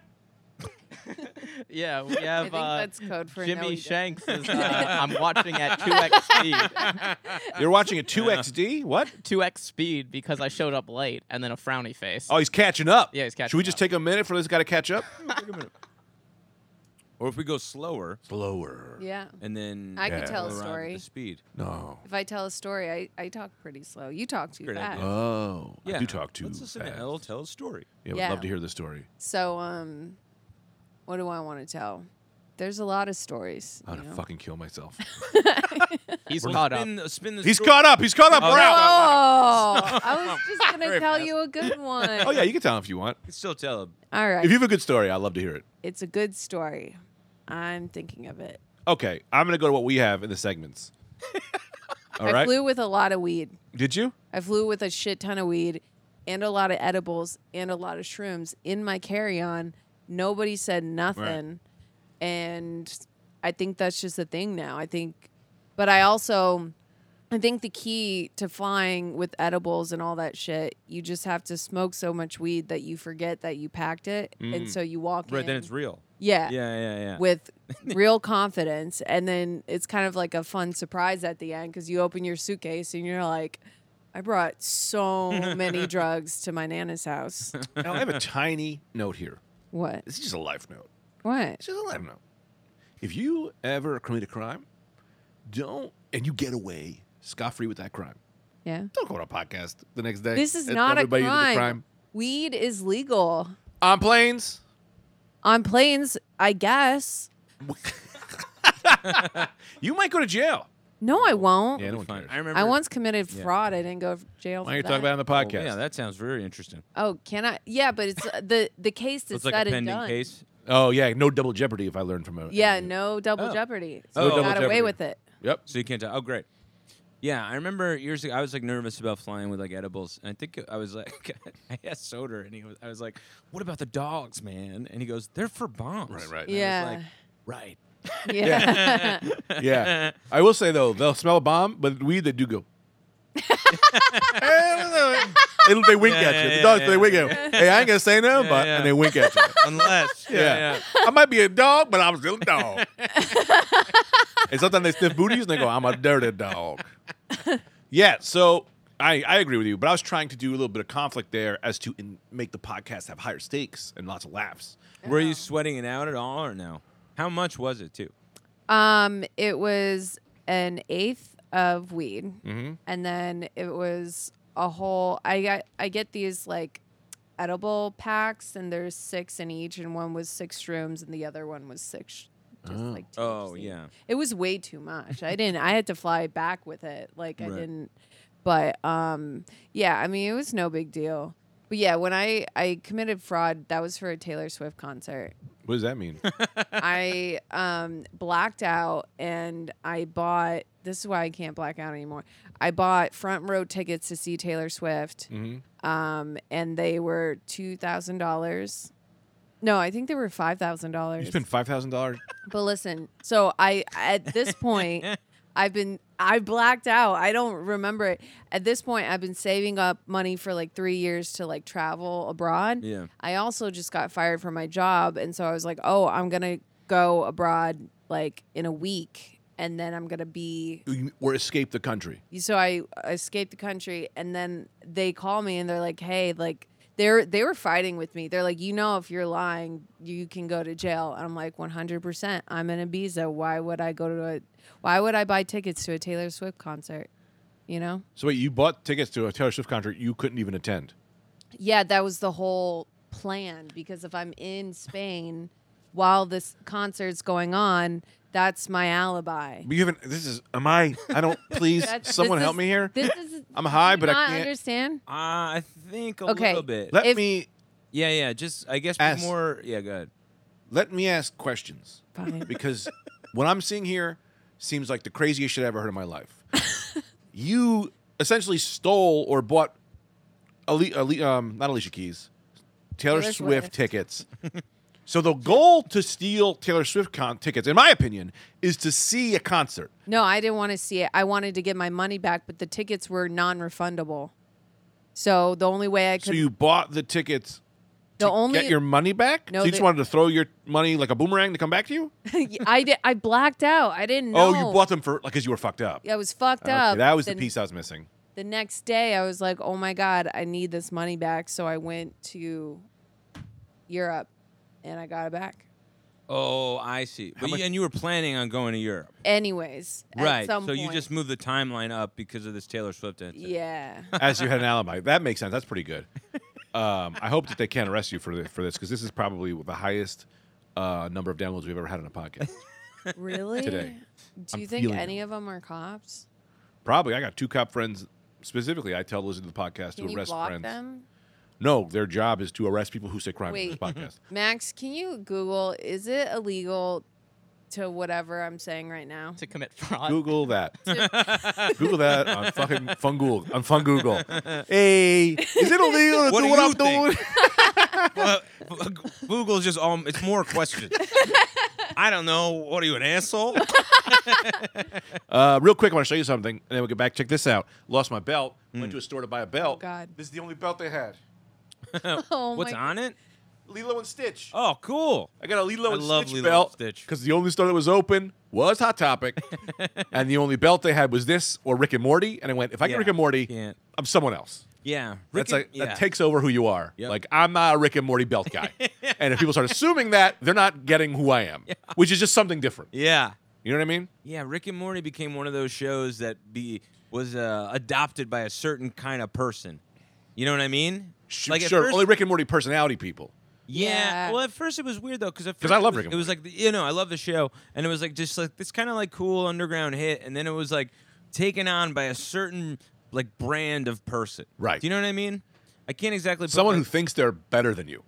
*laughs* *laughs* Yeah, we I have think uh, that's code for no, Jimmy you don't. Shanks *laughs* is uh, I'm watching at *laughs* 2x speed. You're watching a 2XD? What? 2x speed because I showed up late and then a frowny face. Oh, he's catching up. Yeah, he's catching Should we just up. take a minute for this guy to catch up? Or if we go slower *laughs* Slower. Yeah. and then I could can tell a story. The speed. No. If I tell a story, I, I talk pretty slow. You talk too Great idea. fast. Oh. I do talk too Let's listen fast. to Elle tell a story. Yeah, would Yeah. love to hear the story. So, um, what do I want to tell? There's a lot of stories. I'm you gonna know? fucking kill myself. He's caught up. Spin, the- spin *laughs* the He's story. caught up. He's caught up. Oh, We're Oh, out. I *laughs* was just gonna Very tell fast. you a good one. Oh yeah, you can tell him if you want. You can still tell him. All right. If you have a good story, I'd love to hear it. it's a good story. I'm thinking of it. Okay, I'm gonna go to what we have in the segments. All I right. flew with a lot of weed. Did you? I flew with a shit ton of weed and a lot of edibles and a lot of shrooms in my carry-on. Nobody said nothing. And I think that's just a thing now. I think but I also I think the key to flying with edibles and all that shit, you just have to smoke so much weed that you forget that you packed it and so you walk Mm. Right, in. then it's real. yeah. Yeah, yeah, yeah. with *laughs* real confidence and then it's kind of like a fun surprise at the end because you open your suitcase and you're like i brought so *laughs* many drugs to my nana's house Now I have a tiny note here. what This is just a life note. what It's just a life note. If you ever commit a crime, don't and you get away scot free with that crime. yeah Don't go to a podcast the next day. this is and not a everybody crime. did the crime. weed is legal On planes. on planes i guess You might go to jail. no i won't Yeah, no one It'll be fine. cares. I remember. i once committed Yeah. fraud i didn't go to Why jail for don't you that. talk about it on the Oh, podcast? yeah, that sounds very interesting. oh can i yeah but it's uh, the the case So it's that's like said a and pending done case. Oh yeah, no double jeopardy if I learned from a yeah no double Oh. jeopardy No so I double got away jeopardy. with it Yep. So you can't tell. Oh, great. Yeah, I remember years ago. I was like nervous about flying with like edibles, and I think I was like, *laughs* I asked Soder, and he was, I was like, "What about the dogs, man?" And he goes, "They're for bombs." Right, right. yeah like, *laughs* Right. *laughs* yeah *laughs* Yeah. I will say though, they'll smell a bomb, but weed they do go. It'll, they wink Yeah, at you. yeah, the dogs yeah, they yeah. wink at you. *laughs* Hey, I ain't gonna say nothing, Yeah, but yeah. and they wink at you. *laughs* Unless. Yeah. I might be a dog, but I'm still a dog. and sometimes they sniff booties and they go, I'm a dirty *laughs* dog. Yeah, so I, I agree with you, but I was trying to do a little bit of conflict there as to in, make the podcast have higher stakes and lots of laughs. Were you sweating it out at all, or no? How much was it too? Um, it was an eighth of weed, Mm-hmm. and then it was a whole. I got I get these like edible packs, and there's six in each, and one was six shrooms, and the other one was six. Just like Oh THC. yeah. it was way too much. I didn't. I had to fly back with it. Like I Right. didn't. But um, yeah. I mean, it was no big deal. But yeah, when I I committed fraud, that was for a Taylor Swift concert. What does that mean? I um, blacked out and I bought. This is why I can't black out anymore. I bought front row tickets to see Taylor Swift, Mm-hmm. *laughs* um, and they were two thousand dollars. No, I think they were five thousand You dollars. spend five thousand *laughs* dollars. But listen, so I at this *laughs* point I've been I blacked out. I don't remember it. At this point I've been saving up money for like 3 years to like travel abroad. Yeah. I also just got fired from my job and so I was like, "Oh, I'm going to go abroad like in a week and then I'm going to be or escape the country. so I escaped the country and then they call me and they're like, "Hey, like they're they were fighting with me. They're like, "You know if you're lying, you can go to jail." And I'm like, "100%. I'm in Ibiza. Why would I go to a why would I buy tickets to a Taylor Swift concert?" You know? So wait, you bought tickets to a Taylor Swift concert you couldn't even attend. Yeah, that was the whole plan because if I'm in Spain while this concert's going on, that's my alibi. But you haven't. This is. Am I? I *laughs* don't. Please, That's- someone this help is- me here. This is I'm high, do you but I not can't- understand. Uh, I think a Okay. little bit. Let if- me. yeah, yeah. Just I guess be Ask. more. Yeah, go ahead. Let me ask questions Fine. because what I'm seeing here seems like the craziest shit I ever heard in my *laughs* life. you essentially stole or bought, Ali, Ali, um, not Alicia Keys, Taylor, Taylor Swift, Swift. tickets. so the goal to steal Taylor Swift con- tickets, in my opinion, is to see a concert. *laughs* No, I didn't want to see it. I wanted to get my money back, but the tickets were non-refundable. So the only way I could So you bought the tickets the only get your money back? No, so you just they- wanted to throw your money like a boomerang to come back to you? *laughs* I did I blacked out. I didn't know. Oh, you bought them for like because you were fucked up. I was fucked Okay, up. that was the Then piece I was missing. The next day, I was like, "Oh my god, I need this money back." So I went to Europe, and I got it back. Oh, I see. But much- you, and you were planning on going to Europe, Anyways, at right? So some you point. just moved the timeline up because of this Taylor Swift incident. *laughs* yeah. As you had an alibi, that makes sense. That's pretty good. Um, I hope that they can't arrest you for this, for this because this is probably the highest uh, number of downloads we've ever had on a podcast. Really? Today. Do you I'm think feeling any of them are cops? probably, I got two cop friends specifically. I tell listen to the podcast Can to you arrest block friends. them? No, their job is to arrest people who say crime on this Wait. *laughs* podcast. Max, can you Google is it illegal to whatever I'm saying right now? to commit fraud. Google *laughs* that. Google that on fucking Fungool. On Fungooggle. Hey, is it illegal to What do do what you I'm doing? Well, Uh, *laughs* Google's just all it's more questions. I don't know. What are you, an asshole? Uh, real quick, I want to show you something, and then we'll get back. Check this out. Lost my belt. Mm. Went to a store to buy a belt. Oh, God. This is the only belt they had. *laughs* Oh What's my on it? Lilo and Stitch. Oh, cool. I got a Lilo I and love Stitch Lilo and belt Stitch. because the only store that was open was Hot *laughs* Topic, and the only belt they had was this or Rick and Morty. And I went, if I get Yeah, Rick and Morty, can't. I'm someone else. Yeah, That's Rick like and- yeah. that takes over who you are. Yep. Like I'm not a Rick and Morty belt *laughs* guy, and if people start assuming that, they're not getting who I am, which is just something different. yeah, You know what I mean? yeah. Rick and Morty became one of those shows that be was uh, adopted by a certain kind of person. You know what I mean? Sh- at sure, first- only Rick and Morty personality people. Yeah. Yeah. Well, at first it was weird though, because 'Cause I love Rick It and was, it was like the- you know I love the show, and it was like just like this kind of like cool underground hit, and then it was like taken on by a certain like brand of person. Right. Do you know what I mean? I can't exactly. put, Someone who like, thinks they're better than you.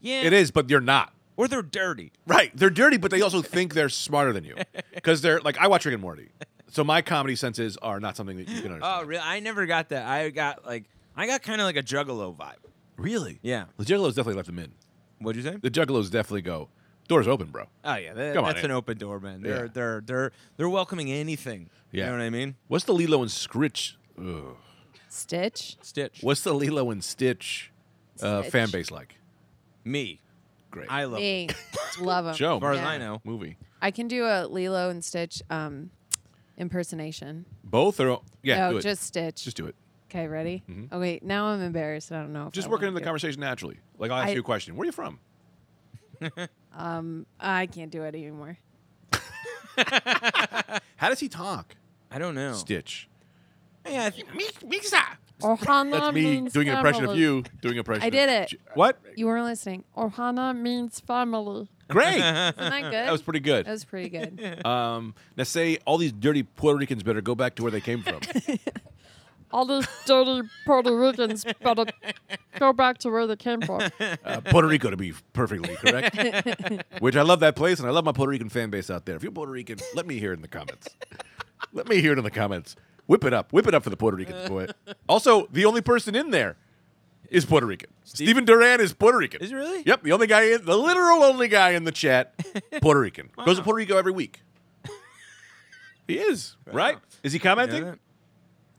yeah It is, but you're not. or they're dirty. Right. They're dirty, but they also think they're smarter than you. *laughs* Because they're like, I watch Rick and Morty. So my comedy senses are not something that you can Oh, understand. really? I never got that. I got like I got kind of like a Juggalo vibe. really? Yeah. The Juggalos definitely left them in. What'd you say? The Juggalos definitely go, doors open, bro. Oh yeah, that, Come on that's in. an open door, man. They're Yeah. they're they're they're welcoming anything. Yeah. You know what I mean? What's the Lilo and Scritch? Ugh. Stitch? Stitch. What's the Lilo and Stitch, uh, Stitch. fan base like? Me. Great. I love. Me. Love them. Joe. As far as Yeah. I know. Movie. I can do a Lilo and Stitch um impersonation. Both are, yeah, no, do it. just Stitch. Just do it. okay, ready? Oh wait, now I'm embarrassed. I don't know. If Mm-hmm. Just I work wanna into the do it. conversation naturally. Like, I'll ask I- you a question. Where are you from? I can't do it anymore. How does he talk? I don't know. Stitch. Yeah, I think- That's me doing an impression of you doing an impression I of did it. J- What? You weren't listening. Ohana means family. *laughs* Great. Isn't *laughs* that good? That was pretty good. That was *laughs* pretty good. Um, now say all these dirty Puerto Ricans better go back to where they came *laughs* from. All these dirty Puerto *laughs* Ricans better go back to where they came from. Uh, Puerto Rico, to be perfectly correct. Which I love that place, and I love my Puerto Rican fan base out there. If you're Puerto Rican, let me hear it in the comments. let me hear it in the comments. Whip it up, whip it up for the Puerto Ricans, boy. Also, the only person in there is Puerto Rican. Steven Duran is Puerto Rican. Is he really? Yep, the only guy, in, the literal only guy in the *laughs* chat, Puerto Rican. Goes to Puerto Rico every week. he is right. Is he you know commenting? that?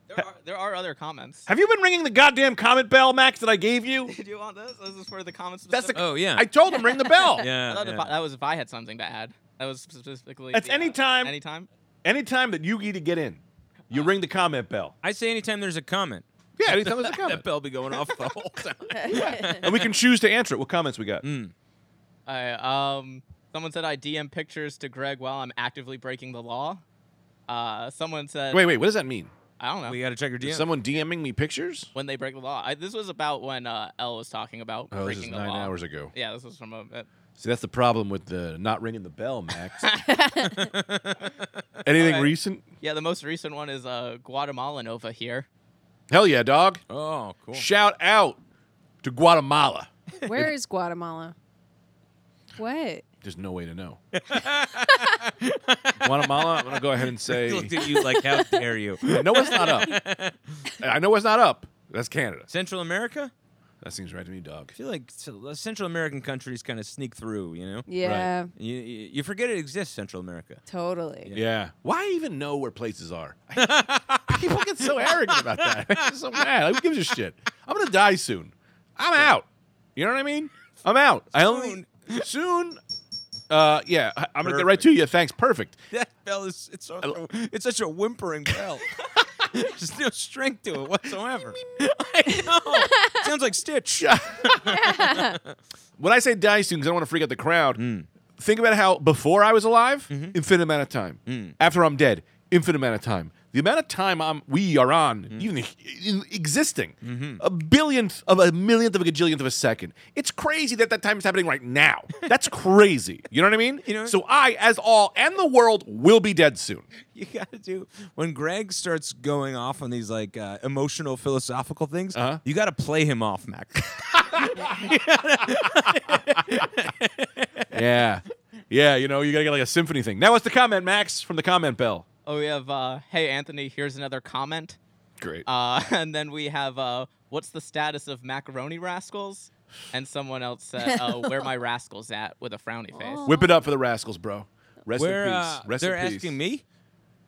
There are, there are other comments. *laughs* Have you been ringing the goddamn comment bell, Max, that I gave you? Do you want this? This is for the comments. That's the. Oh yeah. I told him ring the bell. *laughs* I yeah. thought if I- yeah. that was if I had something to add. That was specifically. That's the, uh, anytime. Anytime. Anytime that you get to get in, you ring the comment bell. I say anytime there's a comment, Yeah, anytime there's a *laughs* that comment, bell be going off the *laughs* whole time. and we can choose to answer it. What comments we got? All right. Um, someone said I DM pictures to Greg while I'm actively breaking the law. Uh, someone said. Wait, wait. What does that mean? I don't know. We got to check your DM. Is someone DMing me pictures? when they break the law. I, this was about when uh, L was talking about Oh, this breaking is the nine law. hours ago. Yeah, this was from a. Uh, See, that's the problem with the not ringing the bell, *laughs* Max. Anything All right. recent? yeah, the most recent one is uh, Guatemalan over here. Hell yeah, dog! oh, cool. Shout out to Guatemala. Where is Guatemala? What? There's no way to know. *laughs* Guatemala. I'm gonna go ahead and *laughs* He say looked at you like, how dare you? *laughs* I know it's not up. I know it's not up. That's Canada. Central America? That seems right to me, dog. I feel like so- Central American countries kind of sneak through, you know? Yeah, You, you you forget it exists, Central America. *laughs* totally. Yeah. Why even know where places *laughs* are? People get so arrogant about *laughs* that. It's so mad. Like, who gives a shit? I'm gonna die soon. I'm out. You know what I mean? I'm out. I only soon. Uh, yeah. I- I'm gonna get right to you. Thanks. Perfect. *laughs* That bell is it's, so- it's such a whimpering bell. There's no strength to it *laughs* whatsoever. I know. Sounds like Stitch. when I say die soon, because I don't want to freak out the crowd, think about how before I was alive, infinite amount of time. After I'm dead, infinite amount of time. The amount of time I'm we are on, even in existing, a billionth of a millionth of a gajillionth of a second. It's crazy that that time is happening right *laughs* now. That's crazy. You know what I mean? You know- so I, as all and the world, will be dead soon. *laughs* you gotta do when Greg starts going off on these like uh, emotional philosophical things. Uh-huh. You gotta play him off, Mac. *laughs* Yeah, yeah. You know, you gotta get like a symphony thing. Now, what's the comment, Max, from the comment bell? Oh, we have, uh, hey, Anthony, here's another comment. Great. Uh, *laughs* and then we have, uh, what's the status of macaroni rascals? And someone else said, uh, where my rascals at with a frowny face. Oh. Whip it up for the rascals, bro. Rest *laughs* Where in peace. uh, Rest they're in peace. asking me.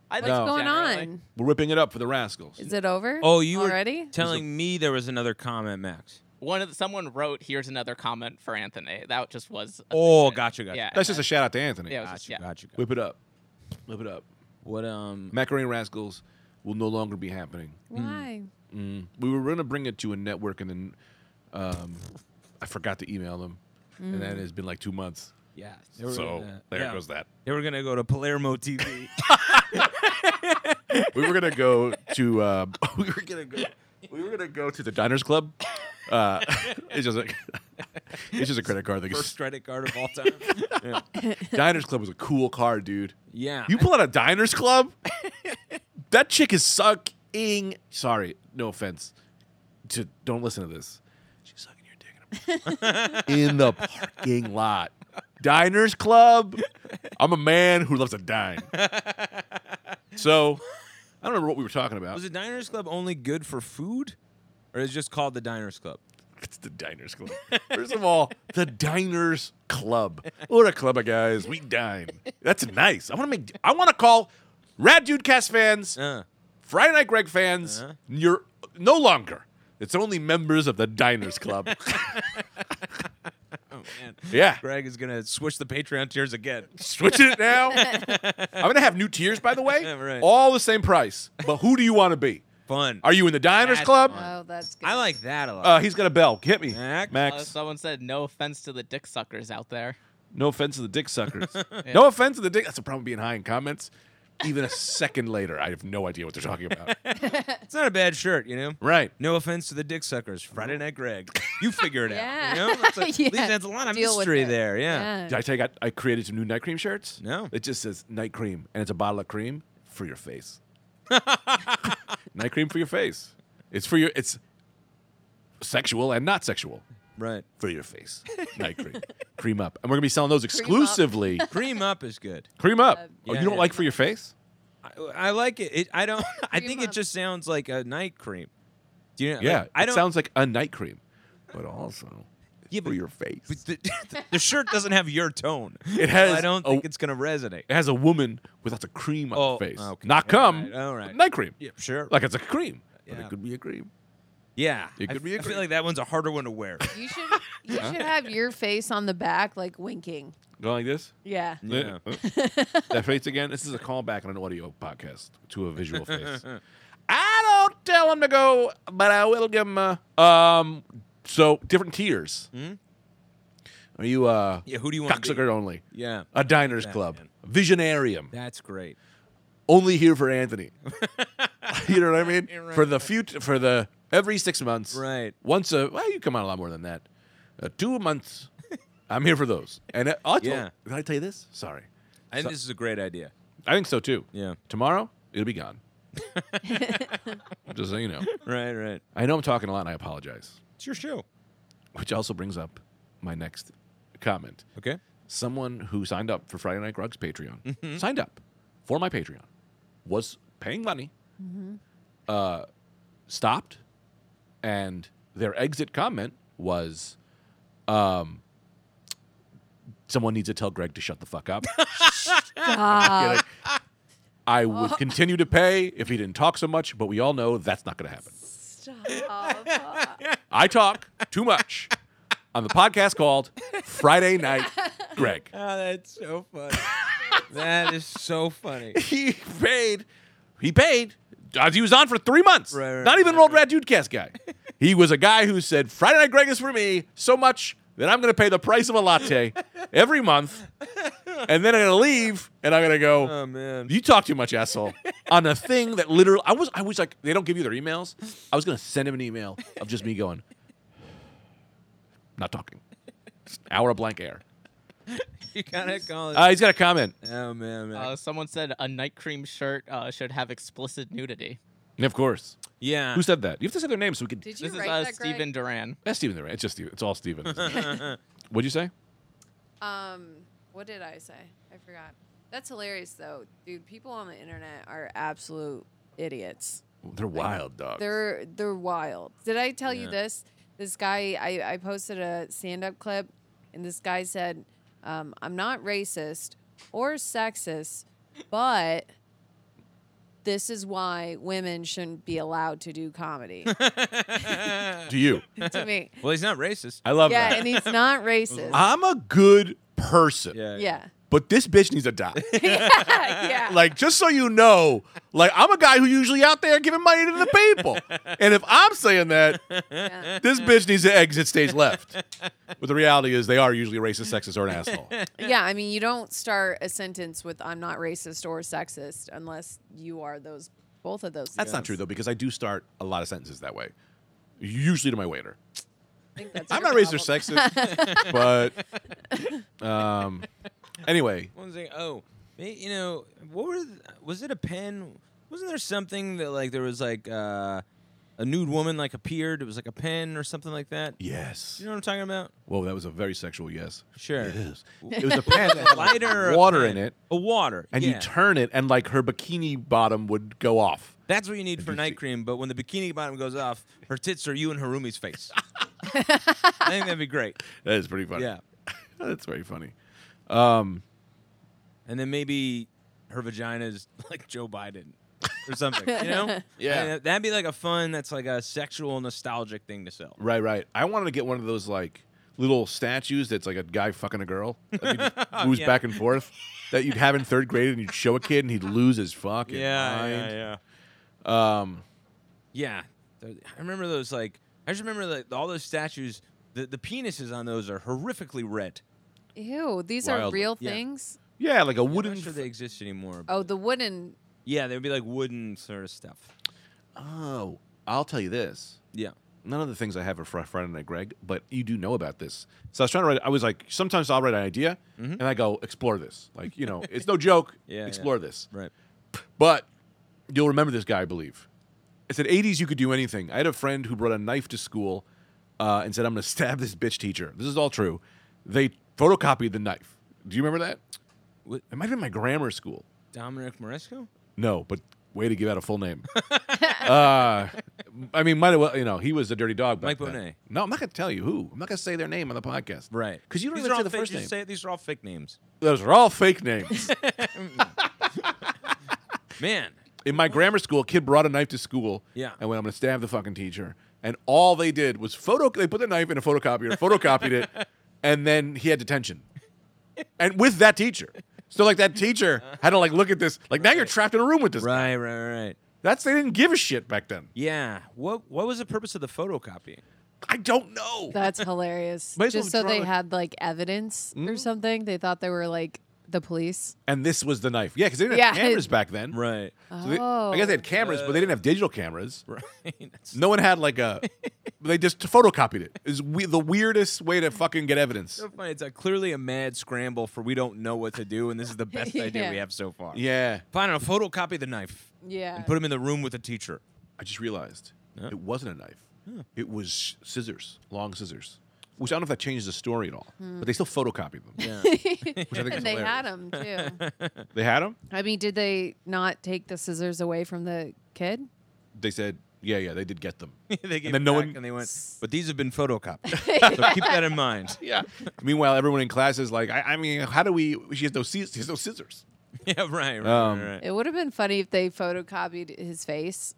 I What's think No. going generally- on? We're ripping it up for the rascals. Is it over? Oh, you already? were telling me there was another comment, Max. One of the, someone wrote, here's another comment for Anthony. That just was. a Oh, thing. gotcha, gotcha. Yeah. That's just a shout out to Anthony. Yeah, it was just, Gotcha, yeah. gotcha, gotcha. Whip it up. Whip it up. What um? Macaroni Rascals will no longer be happening. hmm. Why? Mm. We were going to bring it to a network, and then um, I forgot to email them. And that has been like two months. Yeah. So there yeah. goes that. They were gonna go to *laughs* Palermo TV. We were going to go to. Uh, *laughs* we were going to go. We were gonna go to the Diners Club. Uh, *laughs* it's just a, it's just a credit card. That *laughs* First gets, credit card of all *laughs* time. yeah. Diners Club was a cool card, dude. Yeah. You pull out a diners club? *laughs* that chick is sucking. Sorry, no offense. To don't listen to this. She's sucking your dick in, a- in the parking lot. Diners club. I'm a man who loves to dine. So I don't remember what we were talking about. was the Diners Club only good for food, or is it just called the Diners Club? It's the Diners Club. First of all, the Diners Club. What a club of guys. We dine. That's nice. I want to make. I want to call Rad Dude Cast fans, Uh, Friday Night Greg fans. Uh-huh. You're no longer. It's only members of the Diners Club. *laughs* oh man. yeah. Greg is gonna switch the Patreon tiers again. Switching it now. *laughs* I'm gonna have new tiers, by the way. Yeah, *laughs* right. All the same price. But who do you want to be? Fun. Are you in the Diners That's Club? fun. Oh, that's good. I like that a lot. Uh, he's got a bell. Hit me, Max. Uh, someone said, no offense to the dick suckers out there. No offense to the dick *laughs* suckers. No offense to the dick. That's the problem with being high in comments. Even a second later, I have no idea what they're talking *laughs* about. it's not a bad shirt, you know. right. No offense to the dick suckers. Friday Night *laughs* Greg. You figure it Yeah. out. You know? It's *laughs* like- Yeah. At least that's a lot of Deal with mystery it. there. Yeah. Yeah. Did I tell you I, I created some new night cream shirts? No. It just says night cream, and it's a bottle of cream for your *laughs* face. night cream for your face. It's for your. It's sexual and not sexual Right. for your *laughs* face. Night cream, cream up, and we're gonna be selling those *laughs* exclusively. Cream up. Cream up is *laughs* good. oh, Yeah, you don't yeah. like for your face? I, I like it. it. I don't. *laughs* I Cream think it up. just sounds like a night cream. Do you know? like, Yeah. I It don't. sounds like a night cream, but also yeah, for but, your face. *laughs* but the, the *laughs* shirt doesn't have your tone. *laughs* It has I don't a- think it's gonna resonate. It has a woman with lots of cream on Oh, her face. okay. Not All cum. right, all right. but Night cream. Yeah, sure. Like it's a cream. But Yeah. it could be a cream. yeah, It I could be a f- I cream. feel like that one's a harder one *laughs* to wear. You should *laughs* you should have your face on the back, like winking. Going like this? Yeah. Yeah. that face again. This is a callback on an audio podcast to a *laughs* visual face. I don't tell them to go, but I will give them a. Um, so different tiers. Are you uh, yeah. Who do Hmm? you want? cocksucker only? Yeah. A diners Yeah, club, man. visionarium. That's great. only here for Anthony. *laughs* *laughs* you know what I mean? You're right. For the future, for the every six months, Right. Once a well, you come out a lot more than that. Uh, two *laughs* months, I'm here for those. And uh, also, Yeah. did I tell you this? Sorry, I think this is a great idea. I think so too. Yeah. Tomorrow it'll be gone. *laughs* Just so you know, Right. Right. I know I'm talking a lot, and I apologize. It's your show. Which also brings up my next comment. Okay. someone who signed up for Friday Night Grug's Patreon, signed up for my Patreon, was paying money, uh, stopped, and their exit comment was, um, someone needs to tell Greg to shut the fuck up. Ah, You're like, *laughs* I would continue to pay if he didn't talk so much, but we all know that's not going to happen. stop. I talk too much on the podcast called Friday Night *laughs* Greg. Oh, that's *laughs* so funny. that is so funny. he paid he paid he was on for three months. Right, right, Not even an old Rat Dudecast guy. he was a guy who said, Friday Night Greg is for me so much that I'm going to pay the price of a latte every month. And then I'm going to leave and I'm going to *laughs* go, Oh man. you talk too much, asshole. On a thing that literally, I was, I was like, they don't give you their emails. I was gonna send him an email of just me going, not talking, Just hour of blank air. You *laughs* gotta call it. Uh, he's got a comment, oh man, man. Uh, someone said a night cream shirt uh, should have explicit nudity. and of course, yeah. who said that? You have to say their name so we could. Did you This is write uh, that, Greg? Stephen Duran. That's Steven. They're right. It's just Steven. It's all Steven. isn't it? *laughs* What'd you say? Um, what did I say? I forgot. That's hilarious, though, dude. People on the internet are absolute idiots. They're wild dogs. They're they're wild. Did I tell Yeah. you this? This guy, I, I posted a stand up clip, and this guy said, um, "I'm not racist or sexist, but this is why women shouldn't be allowed to do comedy." *laughs* to you. to me, *laughs* well, he's not racist. I love yeah, that. and he's not racist. I'm a good person, yeah, but this bitch needs to die. *laughs* yeah. like just so you know, like I'm a guy who usually out there giving money to the people. and if I'm saying that, *laughs* yeah. this bitch needs to exit stage left. But the reality is they are usually racist, sexist, or an asshole. Yeah, I mean, you don't start a sentence with "I'm not racist or sexist" unless you are those both of those. That's not true though, because I do start a lot of sentences that way. Usually to my waiter. I'm not racist or sexist, but um anyway. One thing. Oh, ma- you know, what were? th- was it a pen? Wasn't there something that like there was like uh, a nude woman like appeared? It was like a pen or something like that. Yes. You know what I'm talking about? Whoa, that was a very sexual yes. Sure. Yes. It was a pen that had like, Lighter. or a water in pen? it. A water. And yeah. you turn it and like her bikini bottom would go off. That's what you need for you see- night cream. But when the bikini bottom goes off, her tits are you and Harumi's face. I think that'd be great. That is pretty funny. Yeah. That's very funny. And then maybe her vagina is *laughs* like Joe Biden or something. You know? Yeah. I mean, that'd be like a fun. That's like a sexual nostalgic thing to sell. Right, right. I wanted to get one of those like little statues that's like a guy fucking a girl that you *laughs* just moves Oh, Yeah. back and forth that you'd have in third grade and you'd show a kid and he'd lose his fucking mind. yeah, yeah. Um, yeah, I remember those. Like, I just remember that all those statues. The, the penises on those are horrifically red. Ew, these are Wildly. real Yeah. things. Yeah, like a I'm wooden. not sure they exist anymore. but- Oh, the wooden. Yeah, they would be like wooden sort of stuff. oh, I'll tell you this. Yeah. None of the things I have are fr- Friday Night Greg, but you do know about this. So I was trying to write. I was like, sometimes I'll write an idea and I go explore this. Like you *laughs* know, it's no joke. Mm-hmm. Yeah, yeah. explore this. Right. But you'll remember this guy, I believe. It's said 80s, you could do anything. I had a friend who brought a knife to school uh, and said, I'm going to *laughs* stab this bitch teacher. This is all true. They photocopied the knife. Do you remember that? What- It might have been my grammar school. Dominic Moresco? No, but way to give out a full name. *laughs* uh, I mean, might have well, you know, he was a dirty dog. back Mike then. Bonet. No, I'm not going to tell you who. I'm not going to say their name on the podcast. Right. Because you don't these even are say all the fake, first just name. Say it, these are all fake names. Those are all fake names. Man. in my grammar school, a kid brought a knife to school. Yeah. And went, I'm going to stab the fucking teacher. And all they did was photo. They put the knife in a photocopier, photocopied it, *laughs* and then he had detention. And with that teacher. So like that teacher had to like look at this. Like now you're trapped in a room with this. Right, right, right. That's they didn't give a shit back then. Yeah. What What was the purpose of the photocopying? I don't know. That's hilarious. Might as well Just so draw Mm-hmm. they a- had like evidence or something. They thought they were like the police. And this was the knife. Yeah, because they didn't have Yeah. cameras back then. Right. Uh. Oh. So they- I guess they had cameras, but they didn't have digital cameras. Right. That's- No one had like a. they just photocopied it. Is we- the weirdest way to fucking get evidence. *laughs* so funny. It's like clearly a mad scramble for we don't know what to do, and this is the best idea we *laughs* Yeah. have so far. Yeah. Fine, I'll photocopy the knife Yeah. and put him in the room with the teacher. *laughs* I just realized it wasn't a knife. It was scissors, long scissors. Which I don't know if that changes the story at all, Hmm. but they still photocopied them. *laughs* *laughs* Which I think is and they hilarious. had him *laughs* too. They had them. I mean, did they not take the scissors away from the kid? They said, "Yeah, yeah, they did get them." they gave then it no back one- and they *laughs* went, but these have been photocopied. so keep that in mind. *laughs* yeah. *laughs* Meanwhile, everyone in class is like, "I, I mean, how do we?" She has no scissors. She has no scissors. Yeah, right, right, right, Um, right. It would have been funny if they photocopied his face,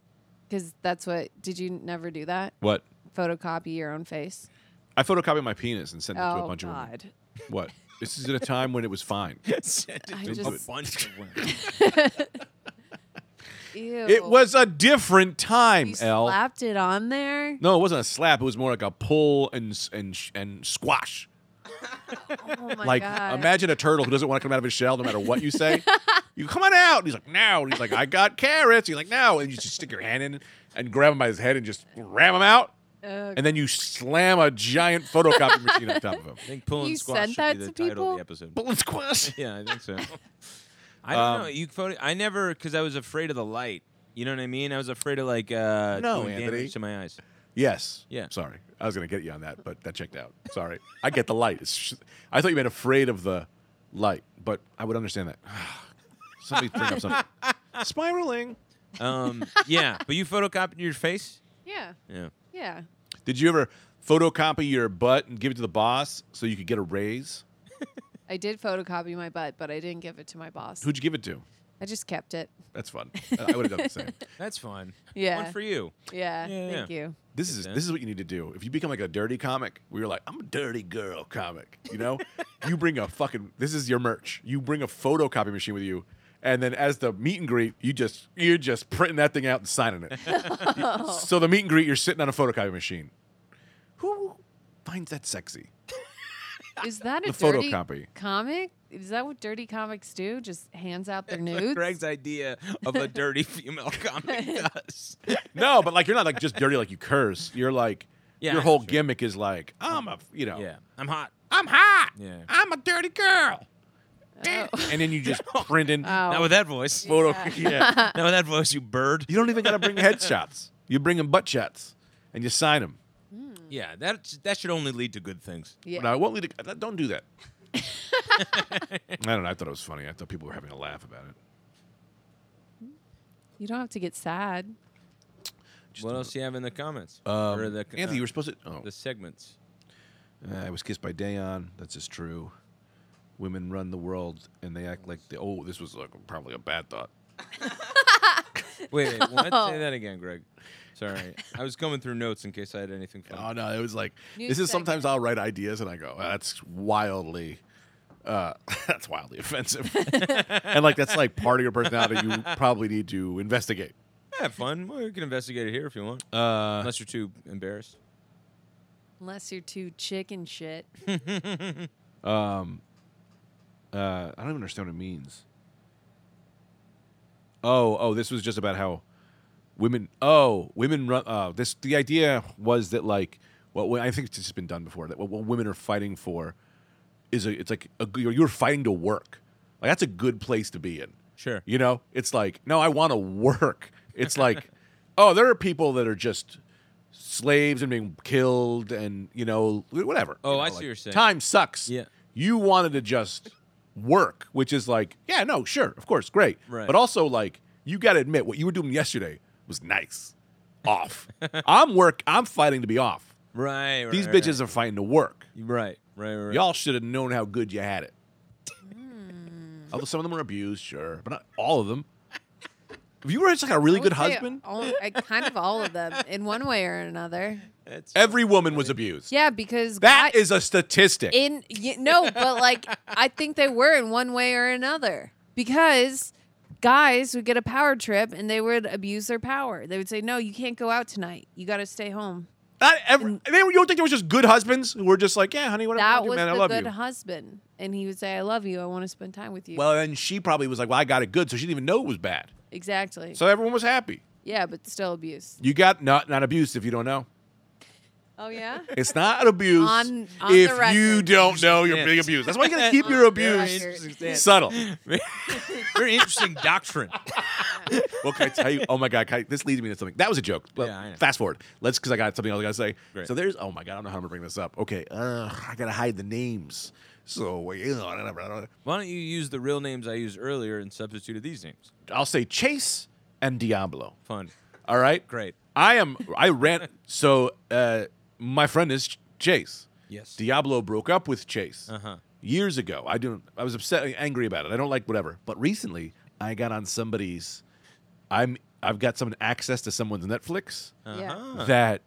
because that's what. Did you never do that? What? Photocopy your own face. I photocopied my penis and sent it to a Oh bunch of women. God. *laughs* What? This is at a time when it was fine. Sent it I to a just- bunch of women. Ew. It was a different time, You L. slapped it *laughs* on there. No, it wasn't a slap. It was more like a pull and s- and sh- and squash. Oh my like god. imagine a turtle who doesn't want to come out of his shell no matter what you *laughs* say. you come on out. And he's like, no. And he's like, I got carrots. You're like, no. And you just stick your hand in and grab him by his head and just ram him out. Ugh. And then you slam a giant photocopy machine on top of him. I *laughs* think pulling You squash said should that be the to title of people? the episode. Bull and squash. Yeah, I think so. *laughs* Um, I don't know. You photo- I never because I was afraid of the light. You know what I mean? I was afraid of like uh, No, doing Anthony. damage to my eyes. Yes. Yeah. Sorry. I was going to get you on that, but that checked out. Sorry. I get the light. It's sh I thought you meant afraid of the light, but I would understand that. *sighs* Somebody bring up something. *laughs* Spiraling. Um, *laughs* yeah, but you photocopied your face. yeah. Yeah. Yeah. Did you ever photocopy your butt and give it to the boss so you could get a raise? I did photocopy my butt, but I didn't give it to my boss. Who'd you give it to? I just kept it. That's fun. I would have done the same. That's fun. Yeah. One for you. Yeah. Yeah, *laughs* thank you. This is sense. this is what you need to do. If you become like a dirty comic, where you're like, I'm a dirty girl comic, you know, you bring a fucking this is your merch. You bring a photocopy machine with you, and then as the meet and greet, you just you're just printing that thing out and signing it. so the meet and greet, you're sitting on a photocopy machine. Who finds that sexy? Is that a The dirty photocopy. comic? Is that what dirty comics do? Just hands *laughs* out their nudes? Greg's idea of a dirty *laughs* female *laughs* comic does. No, but like you're not like just dirty like you curse. You're like Yeah, your whole sure. gimmick is like I'm a you know Yeah, I'm hot. I'm hot. Yeah. I'm a dirty girl. And then you just print in *laughs* Oh. Not with that voice. photo. *laughs* yeah. Not with that voice, you bird. You don't even got to bring headshots. You bring them butt shots, and you sign them. Yeah, that that should only lead to good things. yeah. No, it won't lead. To, uh, don't do that. *laughs* I don't know. I thought it was funny. I thought people were having a laugh about it. You don't have to get sad. Just- What else do you have in the comments? Um, Or the- Anthony, uh, you were supposed to. Oh, the segments. Uh, I was kissed by Dayon. That's just true. Women run the world, and they act like they. Oh, this was like probably a bad thought. Wait, wait what? Say that again, Greg. Sorry, I was going through notes in case I had anything. Fun. Oh no, it was like New this is segment. sometimes I'll write ideas and I go, "Ah, that's wildly uh, *laughs* that's wildly offensive. and like that's like part of your personality you probably need to investigate. Have fun. Well, you can investigate it here if you want, Uh, unless you're too embarrassed. Unless you're too chicken shit. um uh, I don't even understand what it means. Oh, oh, this was just about how women oh, women run uh this the idea was that like what I think it's just been done before that what, what women are fighting for is a it's like a, g- you're fighting to work. Like that's a good place to be in. Sure. You know, it's like, no, I want to work. It's *laughs* like, oh, there are people that are just slaves and being killed and, you know, whatever. Oh, You know, I see like, what you're saying. Time sucks. Yeah. You wanted to just work, which is like, yeah, no, sure, of course, great. Right. But also, like, you got to admit, what you were doing yesterday was nice. Off. *laughs* I'm work, I'm fighting to be off. Right. right These right, bitches are fighting to work. Right. Right. Right. right. Y'all should have known how good you had it. Hmm. Although some of them were abused, sure, but not all of *laughs* them. If you were just like a really I good would say husband, all- I- kind of all of them in one way or another. That's- every woman was abused. Yeah, because That guy- is a statistic. in y no, but like I think they were in one way or another because guys would get a power trip and they would abuse their power. They would say, "No, you can't go out tonight. You got to stay home." Not every, they, you don't think there was just good husbands who were just like, yeah, honey, whatever, Mm. that you do, was man, I the love good you. husband, and he would say, "I love you. I want to spend time with you." well, then she probably was like, well, I got it good, so she didn't even know it was bad. exactly. So everyone was happy. yeah, but still abuse. You got not not abused if you don't know. Oh yeah. It's not abuse On- on the if you record. don't know you're Yeah. being abused. That's why you *laughs* gotta *laughs* keep your *laughs* abuse subtle. Very interesting doctrine. What can I tell you? Oh my god, can I- this leads me to something. That was a joke. But Yeah, I know. fast forward. Let's because I got something else I gotta say. Great. So there's oh my god, I don't know how I'm gonna bring this up. Okay, uh, I gotta hide the names. So you know, I don't know, I don't know. *laughs* Why don't you use the real names I used earlier and substitute these names? I'll say Chase and Diablo. Fun. All right, Great. I am. I ran. so uh, my friend is Ch- Chase. Yes. Diablo broke up with Chase Uh-huh. years ago. I don't. I was upset, angry about it. I don't like whatever. But recently, I got on somebody's. I'm. I've got some access to someone's Netflix. Yeah. Uh-huh. that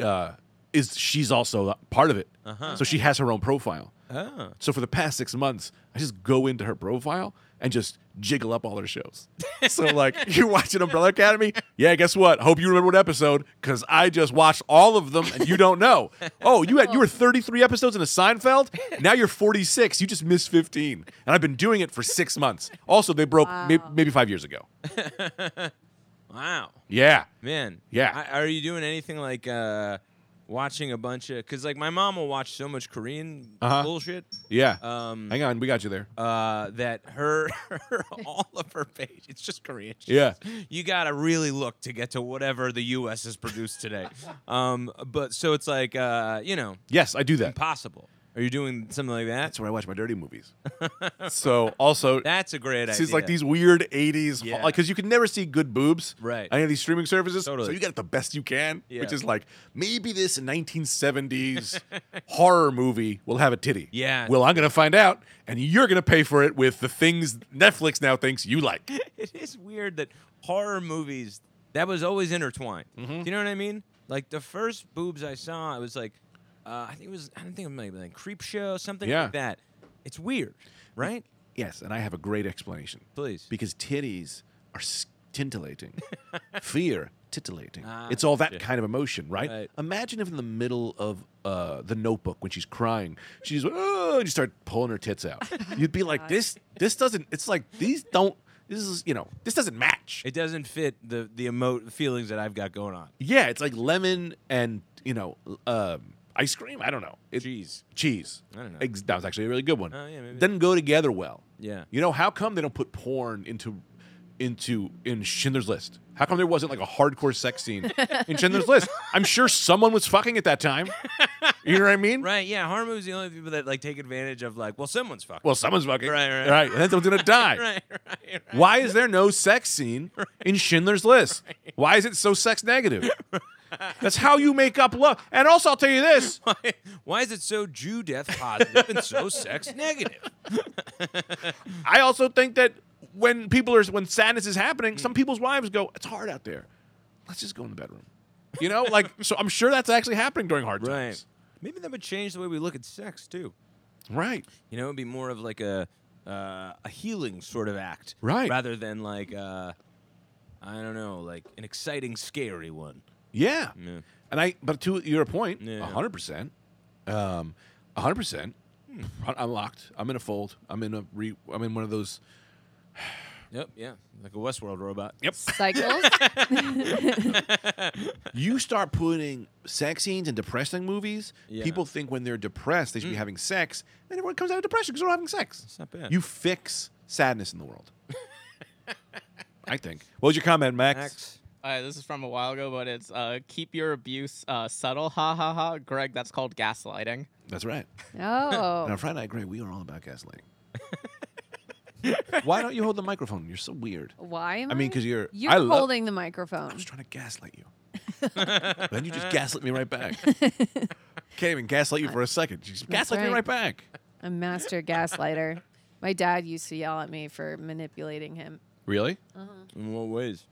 uh, is she's also a part of it. Uh-huh. So she has her own profile. Oh. So for the past six months, I just go into her profile and just jiggle up all her shows. so like, *laughs* you're watching Umbrella Academy? Yeah, guess what? Hope you remember what episode because I just watched all of them and you don't know. Oh, you had you were 33 episodes in a Seinfeld. Now you're 46. You just missed 15, and I've been doing it for six months. Also, they broke may- Wow. maybe five years ago. Wow. Yeah. Man. Yeah. I, are you doing anything like uh watching a bunch of cuz like my mom will watch so much Korean Uh-huh. bullshit Yeah. um Hang on, we got you there. uh that her, *laughs* her all of her page it's just Korean. shit. Yeah. You got to really look to get to whatever the US has *laughs* produced today. um but so it's like uh you know Yes, I do that. impossible. Are you doing something like that? That's where I watch my dirty *laughs* movies. so also, That's a great it's idea. like these weird '80s, Yeah. because you can never see good boobs, Right. On any of these streaming services, so Totally. you get the best you can, which Yeah. is like maybe this 1970s *laughs* horror movie will have a titty. Yeah. Well, I'm gonna find out, and you're gonna pay for it with the things Netflix now thinks you *laughs* like. it is weird that horror movies that was always intertwined. Mm-hmm. Do you know what I mean? Like the first boobs I saw, I was like, uh, I think it was I don't think it might have been like Creep Show, something Yeah. like that. It's weird, right? Yes, and I have a great explanation Please. because titties are *laughs* scintillating, fear titillating. Ah, it's all that shit. kind of emotion, right? Right. Imagine if in the middle of uh, the Notebook when she's crying, she's oh, and you start pulling her tits *laughs* out. Oh You'd be like, this, this doesn't. It's like these don't. This is you know, this doesn't match. It doesn't fit the the emo- feelings that I've got going on. yeah, it's like lemon and you know, um, ice cream. I don't know. It, Jeez. cheese. I don't know. Ex- that was actually a really good one. Oh, yeah, maybe. Doesn't go together well. Yeah. You know how come they don't put porn into into in Schindler's List? How come there wasn't like a hardcore sex scene in Schindler's List? I'm sure someone was fucking at that time. You know what I mean? Right? Yeah. Horror movies are the only people that like take advantage of like, well, someone's fucking. Well, someone's fucking. Right, right. Right. And then someone's gonna die. *laughs* right, right, right. Why is there no sex scene in Schindler's List? Why is it so sex negative? That's how you make up love. And also, I'll tell you this: Why, why is it so Jew death positive and *laughs* so sex negative? I also think that when people are when sadness is happening, some people's wives go, "It's hard out there. Let's just go in the bedroom." You know, like so. I'm sure that's actually happening during hard Right. times. Maybe that would change the way we look at sex too. Right. You know, it'd be more of like a uh, a healing sort of act, Right. Rather than like uh, I don't know, like an exciting, scary one. Yeah. Yeah. And I, but to your point, Yeah. a hundred percent, um, a hundred percent. I- I'm locked. I'm in a fold. I'm in a re. I'm in one of those. Yep, yeah, like a Westworld robot. Yep. *laughs* Cycles. you start putting sex scenes in depressing movies. Yeah. Mm. People think when they're depressed they should be having sex, and everyone comes out of depression because they're having sex. It's not *laughs* bad. You fix sadness in the world. I think. What was your comment, Max? Max. Uh, this is from a while ago, but it's uh, keep your abuse uh, subtle. Ha ha ha. Greg, that's called gaslighting. That's right. And Oh. on Friday Night Grey, we are all about gaslighting. Why don't you hold the microphone? You're so weird. Why? Am I mean, because you're. You're I love- holding the I'm microphone. just trying to gaslight you. then you just gaslit me right *laughs* back. Can't even gaslight you for a second. You just That's gaslight me right. right back. A master gaslighter. My dad used to yell at me for manipulating him. Really? In what ways?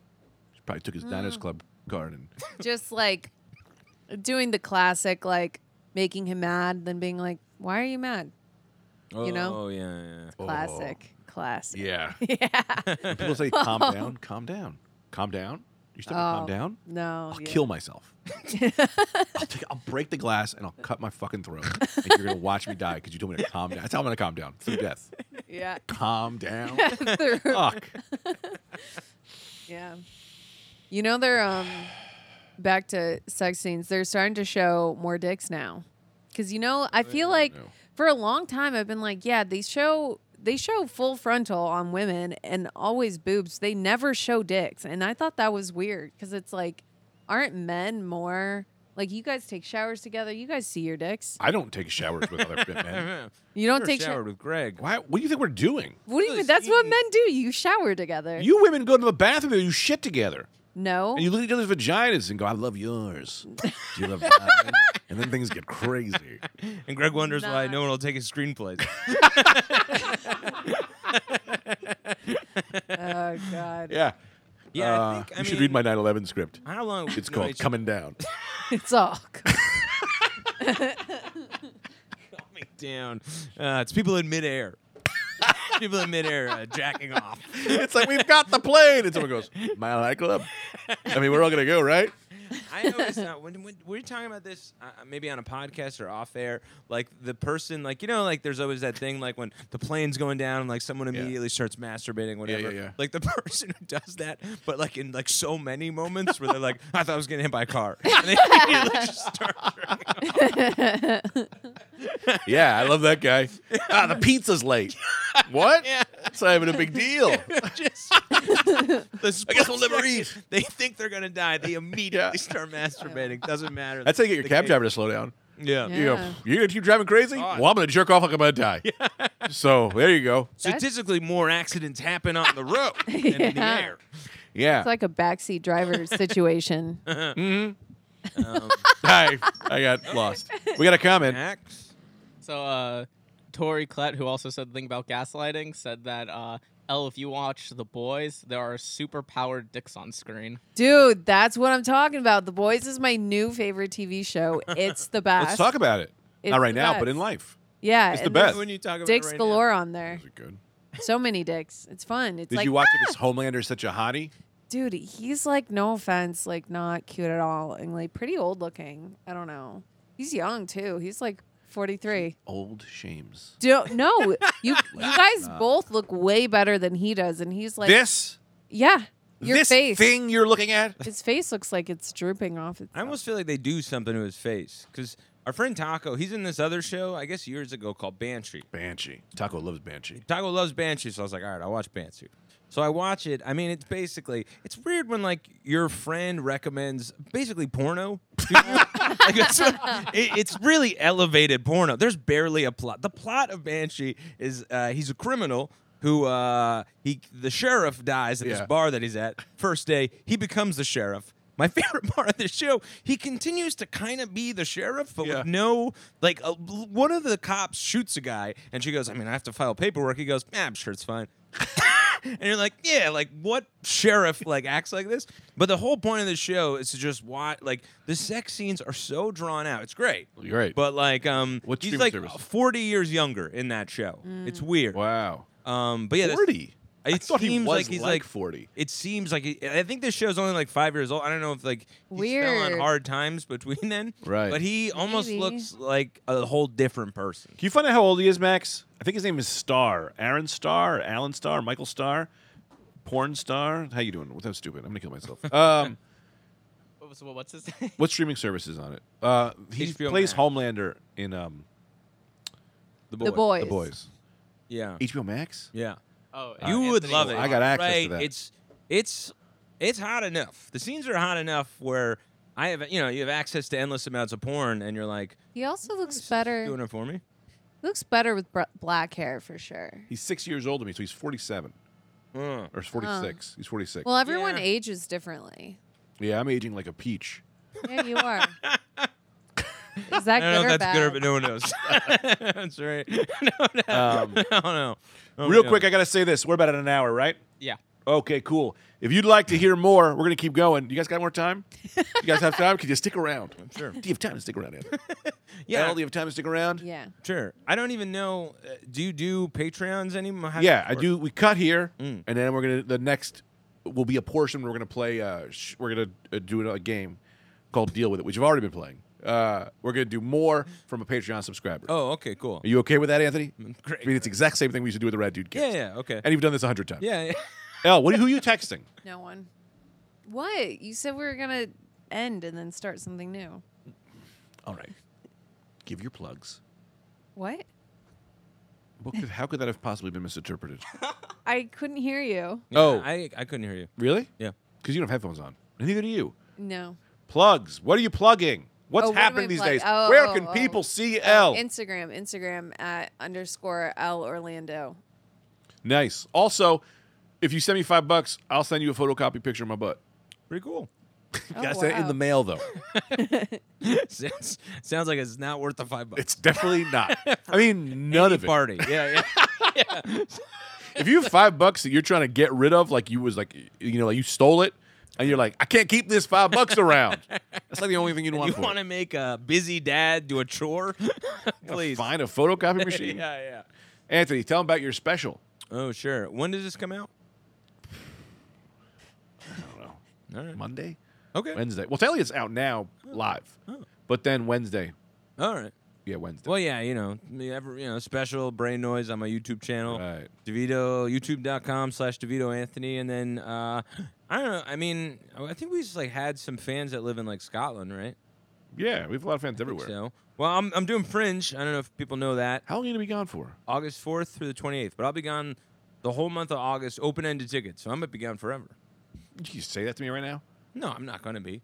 She probably took his Diners Club card and. Just like doing the classic, like making him mad, then being like, why are you mad? Oh, know? Oh yeah, yeah. Oh, Classic. Classic. yeah. *laughs* Yeah. When people say, calm down, calm down, calm down. You still gonna calm Oh. down? No. I'll yeah. kill *laughs* myself. I'll, take, I'll break the glass and I'll cut my fucking throat. And you're gonna watch me die because you told me to calm down. That's how I'm gonna calm down through death. *laughs* Yeah. Calm down. Through- Fuck. Yeah. You know they're um back to sex scenes. They're starting to show more dicks now. Cuz you know, I feel like no. for a long time I've been like, yeah, they show they show full frontal on women and always boobs. They never show dicks. And I thought that was weird cuz it's like aren't men more like you guys take showers together? You guys see your dicks. I don't take showers with other men. You don't You're take showered showers. with Greg. Why? What do you think we're doing? What do you mean? That's what men do. You shower together. You women go to the bathroom and you shit together. no. And you look at each other's vaginas and go, I love yours. Do you love mine? And then things get crazy. And Greg wonders why Nah. no one will take his screenplays. oh god. Yeah. yeah, Uh, I think. I you should mean, read my 9 11 script. *laughs* How long? It's no, *laughs* called Coming Down. It's all Calm me down. Uh, it's people in midair. people in midair uh, jacking off. It's like we've got the plane, and someone goes, "My nightclub." I mean, we're all gonna go, right? I noticed that when, when we were talking about this, uh, uh, maybe on a podcast or off air, like the person, like you know, like there's always that thing, like when the plane's going down, and like someone immediately starts masturbating, whatever. yeah. Like the *laughs* person who does that, but like in like so many moments where they're like, I thought I was getting hit by a *laughs* car, and they immediately just start jerking off. Yeah, I love that guy. Ah, the pizza's late. What? Yeah. It's not even a big deal. Just- *laughs* the I guess we'll split never second eat. They think they're gonna die. They immediately start masturbating. Doesn't matter. That's how you get your The cab case- driver to slow down. Yeah. Yeah. You go, "Pff, you're gonna keep driving crazy? Well, I'm gonna jerk off like I'm about to die. So there you go. Statistically, more accidents happen on the *laughs* road than in the Yeah. air. Yeah. It's like a backseat driver situation. *laughs* Um, Hi. I got lost. We got a comment. Max? So, uh, Tori Klett, who also said the thing about gaslighting, said that, uh, L, if you watch The Boys, there are super powered dicks on screen. Dude, that's what I'm talking about. The Boys is my new favorite TV show. It's the best. Let's talk about it. It's Not right the now, best. but in life. Yeah, it's the and there's best. When you talk about Dicks it right now. galore on there. Those are good. So many dicks. It's fun. It's Did like you watch it because Homelander's such a hottie? dude, he's like no offense, like not cute at all, and like pretty old looking. I don't know. He's young too. He's like 43. Old shames. Do, no, you *laughs* you guys both look way better than he does, and he's like, this yeah, your this face. thing you're looking at? His face looks like it's drooping off. Itself. I almost feel like they do something to his face because our friend Taco, he's in this other show, I guess years ago, called Banshee. Banshee. Taco loves Banshee. Taco loves Banshee, so I was like, all right, I'll watch Banshee. So I watch it. I mean, it's basically it's weird when like your friend recommends basically porno. you *laughs* know? Like, that's what- it- it's really elevated porno. There's barely a plot. The plot of Banshee is uh, he's a criminal who uh, he the sheriff dies at Yeah. this bar that he's at. First day, he becomes the sheriff. My *laughs* favorite part of the show, he continues to kind of be the sheriff, but Yeah. with no like a, one of the cops shoots a guy, and she goes, "I mean, I have to file paperwork." He goes, "Yeah, I'm sure it's fine." *laughs* and you're like, yeah, like what sheriff like acts like this? But the whole point of the show is to just watch. Like the sex scenes are so drawn out. It's great, You're right. but like, um, What he's streaming like service? 40 years younger in that show. It's weird. wow. Um, but yeah, that's- 40. I It thought he seems was like he's like like 40. It seems like he, I think this show's only like five years old. I don't know if like he's fell on Weird. hard times between then, Right. But he almost Maybe. looks like a whole different person. Can you find out how old he is, Max? I think his name is Star. Aaron Star, Alan Star, Michael Star, porn star. How you doing? Well, That's stupid. I'm gonna kill *laughs* myself. Um, What was, what's his *laughs* name? what streaming service is on it? Uh, he HBO plays Max. Homelander in um, the boys. The Boys. Yeah, HBO Max. yeah. Oh, You would love it. Wong. Uh, I got access to right? that. It's it's it's hot enough. The scenes are hot enough where I have you know you have access to endless amounts of porn, and you're like He also looks doing better. it for me. Looks better with br- black hair for sure. He's six years older than me, so he's 47 Mm. or 46. He's 46. Well, everyone Yeah. ages differently. yeah, I'm aging like a peach. Yeah, *laughs* you are. Is that I don't know good if that's or bad? good or but no one knows. *laughs* that's right. *laughs* no, *laughs* no, Um, I don't know. Oh, Real yeah. quick, I gotta say this. We're about at an hour, right? Yeah. Okay, cool. If you'd like to hear more, we're gonna keep going. You guys got more time? you guys have time? Can you stick around? *laughs* Sure. Do you have time to stick around? Anna? *laughs* Yeah. Al, do you have time to stick around? Yeah. Sure. I don't even know. Uh, do you do Patreons anymore? How does Yeah, that I work? do. We cut here, Mm. and then we're gonna. The next will be a portion where we're gonna play. Uh, sh- we're gonna uh, do a game called "Deal with It," which you've already been playing. Uh, we're gonna do more from a Patreon subscriber. Oh, okay, cool. Are you okay with that, Anthony? Great. I mean, it's the exact same thing we used to do with the Red Dude yeah, Cast. yeah, okay. And you've done this a hundred times. yeah, yeah. Al, what, who are you texting? No one. What? You said we were gonna end and then start something new. All right. Give your plugs. What? What could, how could that have possibly been misinterpreted? I couldn't hear you. *laughs* Oh. I, I couldn't hear you. really? Yeah. Because you don't have headphones on. And neither do you. No. Plugs. What are you plugging? What's Oh, what am happening I these plug- days? Oh, Where oh, can oh. people see L? Instagram. Instagram at underscore L Orlando. nice. Also, if you send me five bucks, I'll send you a photocopy picture of my butt. Pretty cool. Oh, Gotta send it in wow. the mail though. *laughs* sounds, sounds like it's not worth the five bucks. It's definitely not. I mean, none of it. party. Yeah, *laughs* yeah. If you have five bucks that you're trying to get rid of, like you was like you know, like you stole it, and you're like, I can't keep this five bucks around. That's like the only thing you'd want. You for want to make a busy dad do a chore? *laughs* it. Please. find *laughs* a photocopy machine. Yeah, yeah. Anthony, tell them about your special. Oh, sure. When does this come out? All right. Monday, Okay. Wednesday. Well, tell you it's out now live, but then Wednesday. All right. Yeah, Wednesday. Well, yeah, you know, me ever, you know, special brain noise on my YouTube channel, Right. Devito YouTube.com slash Devito Anthony, and then uh, *gasps* I don't know. I mean, I think we just like had some fans that live in like Scotland, right? Yeah, we have a lot of fans everywhere. So, well, I'm I'm doing Fringe. I don't know if people know that How long are you gonna be gone for? August 4th through the 28th, but I'll be gone the whole month of August, open ended tickets, so I might be gone forever. You say that to me right now? No, I'm not gonna be.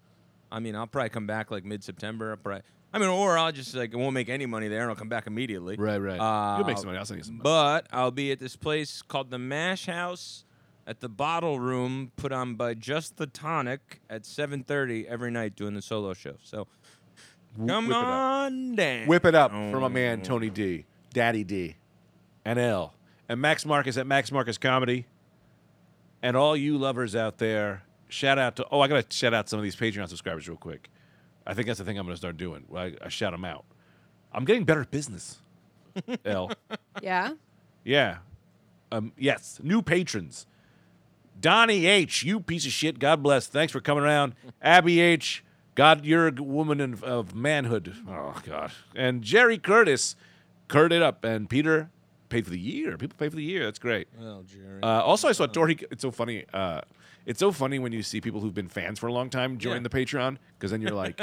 I mean, I'll probably come back like mid September. Probably. I mean, or I'll just like I won't make any money there, and I'll come back immediately. Right, right. Uh, You'll make some money. I'll send you some money. But I'll be at this place called the Mash House at the Bottle Room, put on by Just the Tonic at 7:30 every night doing the solo show. So come whip it up. on Oh. down. Whip it up from a man, Tony D, Daddy D, and L, and Max Marcus at Max Marcus Comedy, and all you lovers out there. Shout out to oh, I gotta shout out some of these Patreon subscribers real quick. I think that's the thing I'm gonna start doing. I, I shout them out. I'm getting better at *laughs* business. L, Yeah. yeah, um, yes, new patrons. Donnie H, you piece of shit. God bless. Thanks for coming around. Abby H, God, you're a g- woman in, of manhood. Oh God. And Jerry Curtis, curd it up. And Peter paid for the year. People pay for the year. That's great. Well, Jerry. Uh, also, I saw Dory. It's so funny. Uh, it's so funny when you see people who've been fans for a long time join Yeah. the Patreon because then you're like,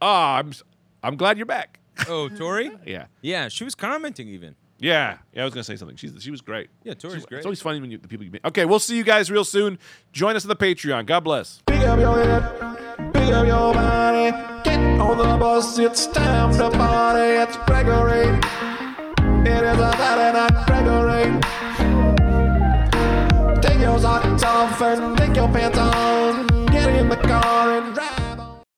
ah, I'm, s- I'm glad you're back. *laughs* oh, Tori. Yeah, Yeah, she was commenting even. yeah, yeah. I was gonna say something. She's she was great. Yeah, Tori's She's- great. It's always funny when you, the people you meet. Okay, we'll see you guys real soon. Join us on the Patreon. God bless. Pick up your head, pick up your body. Get on the bus, it's time to party. It's Gregory.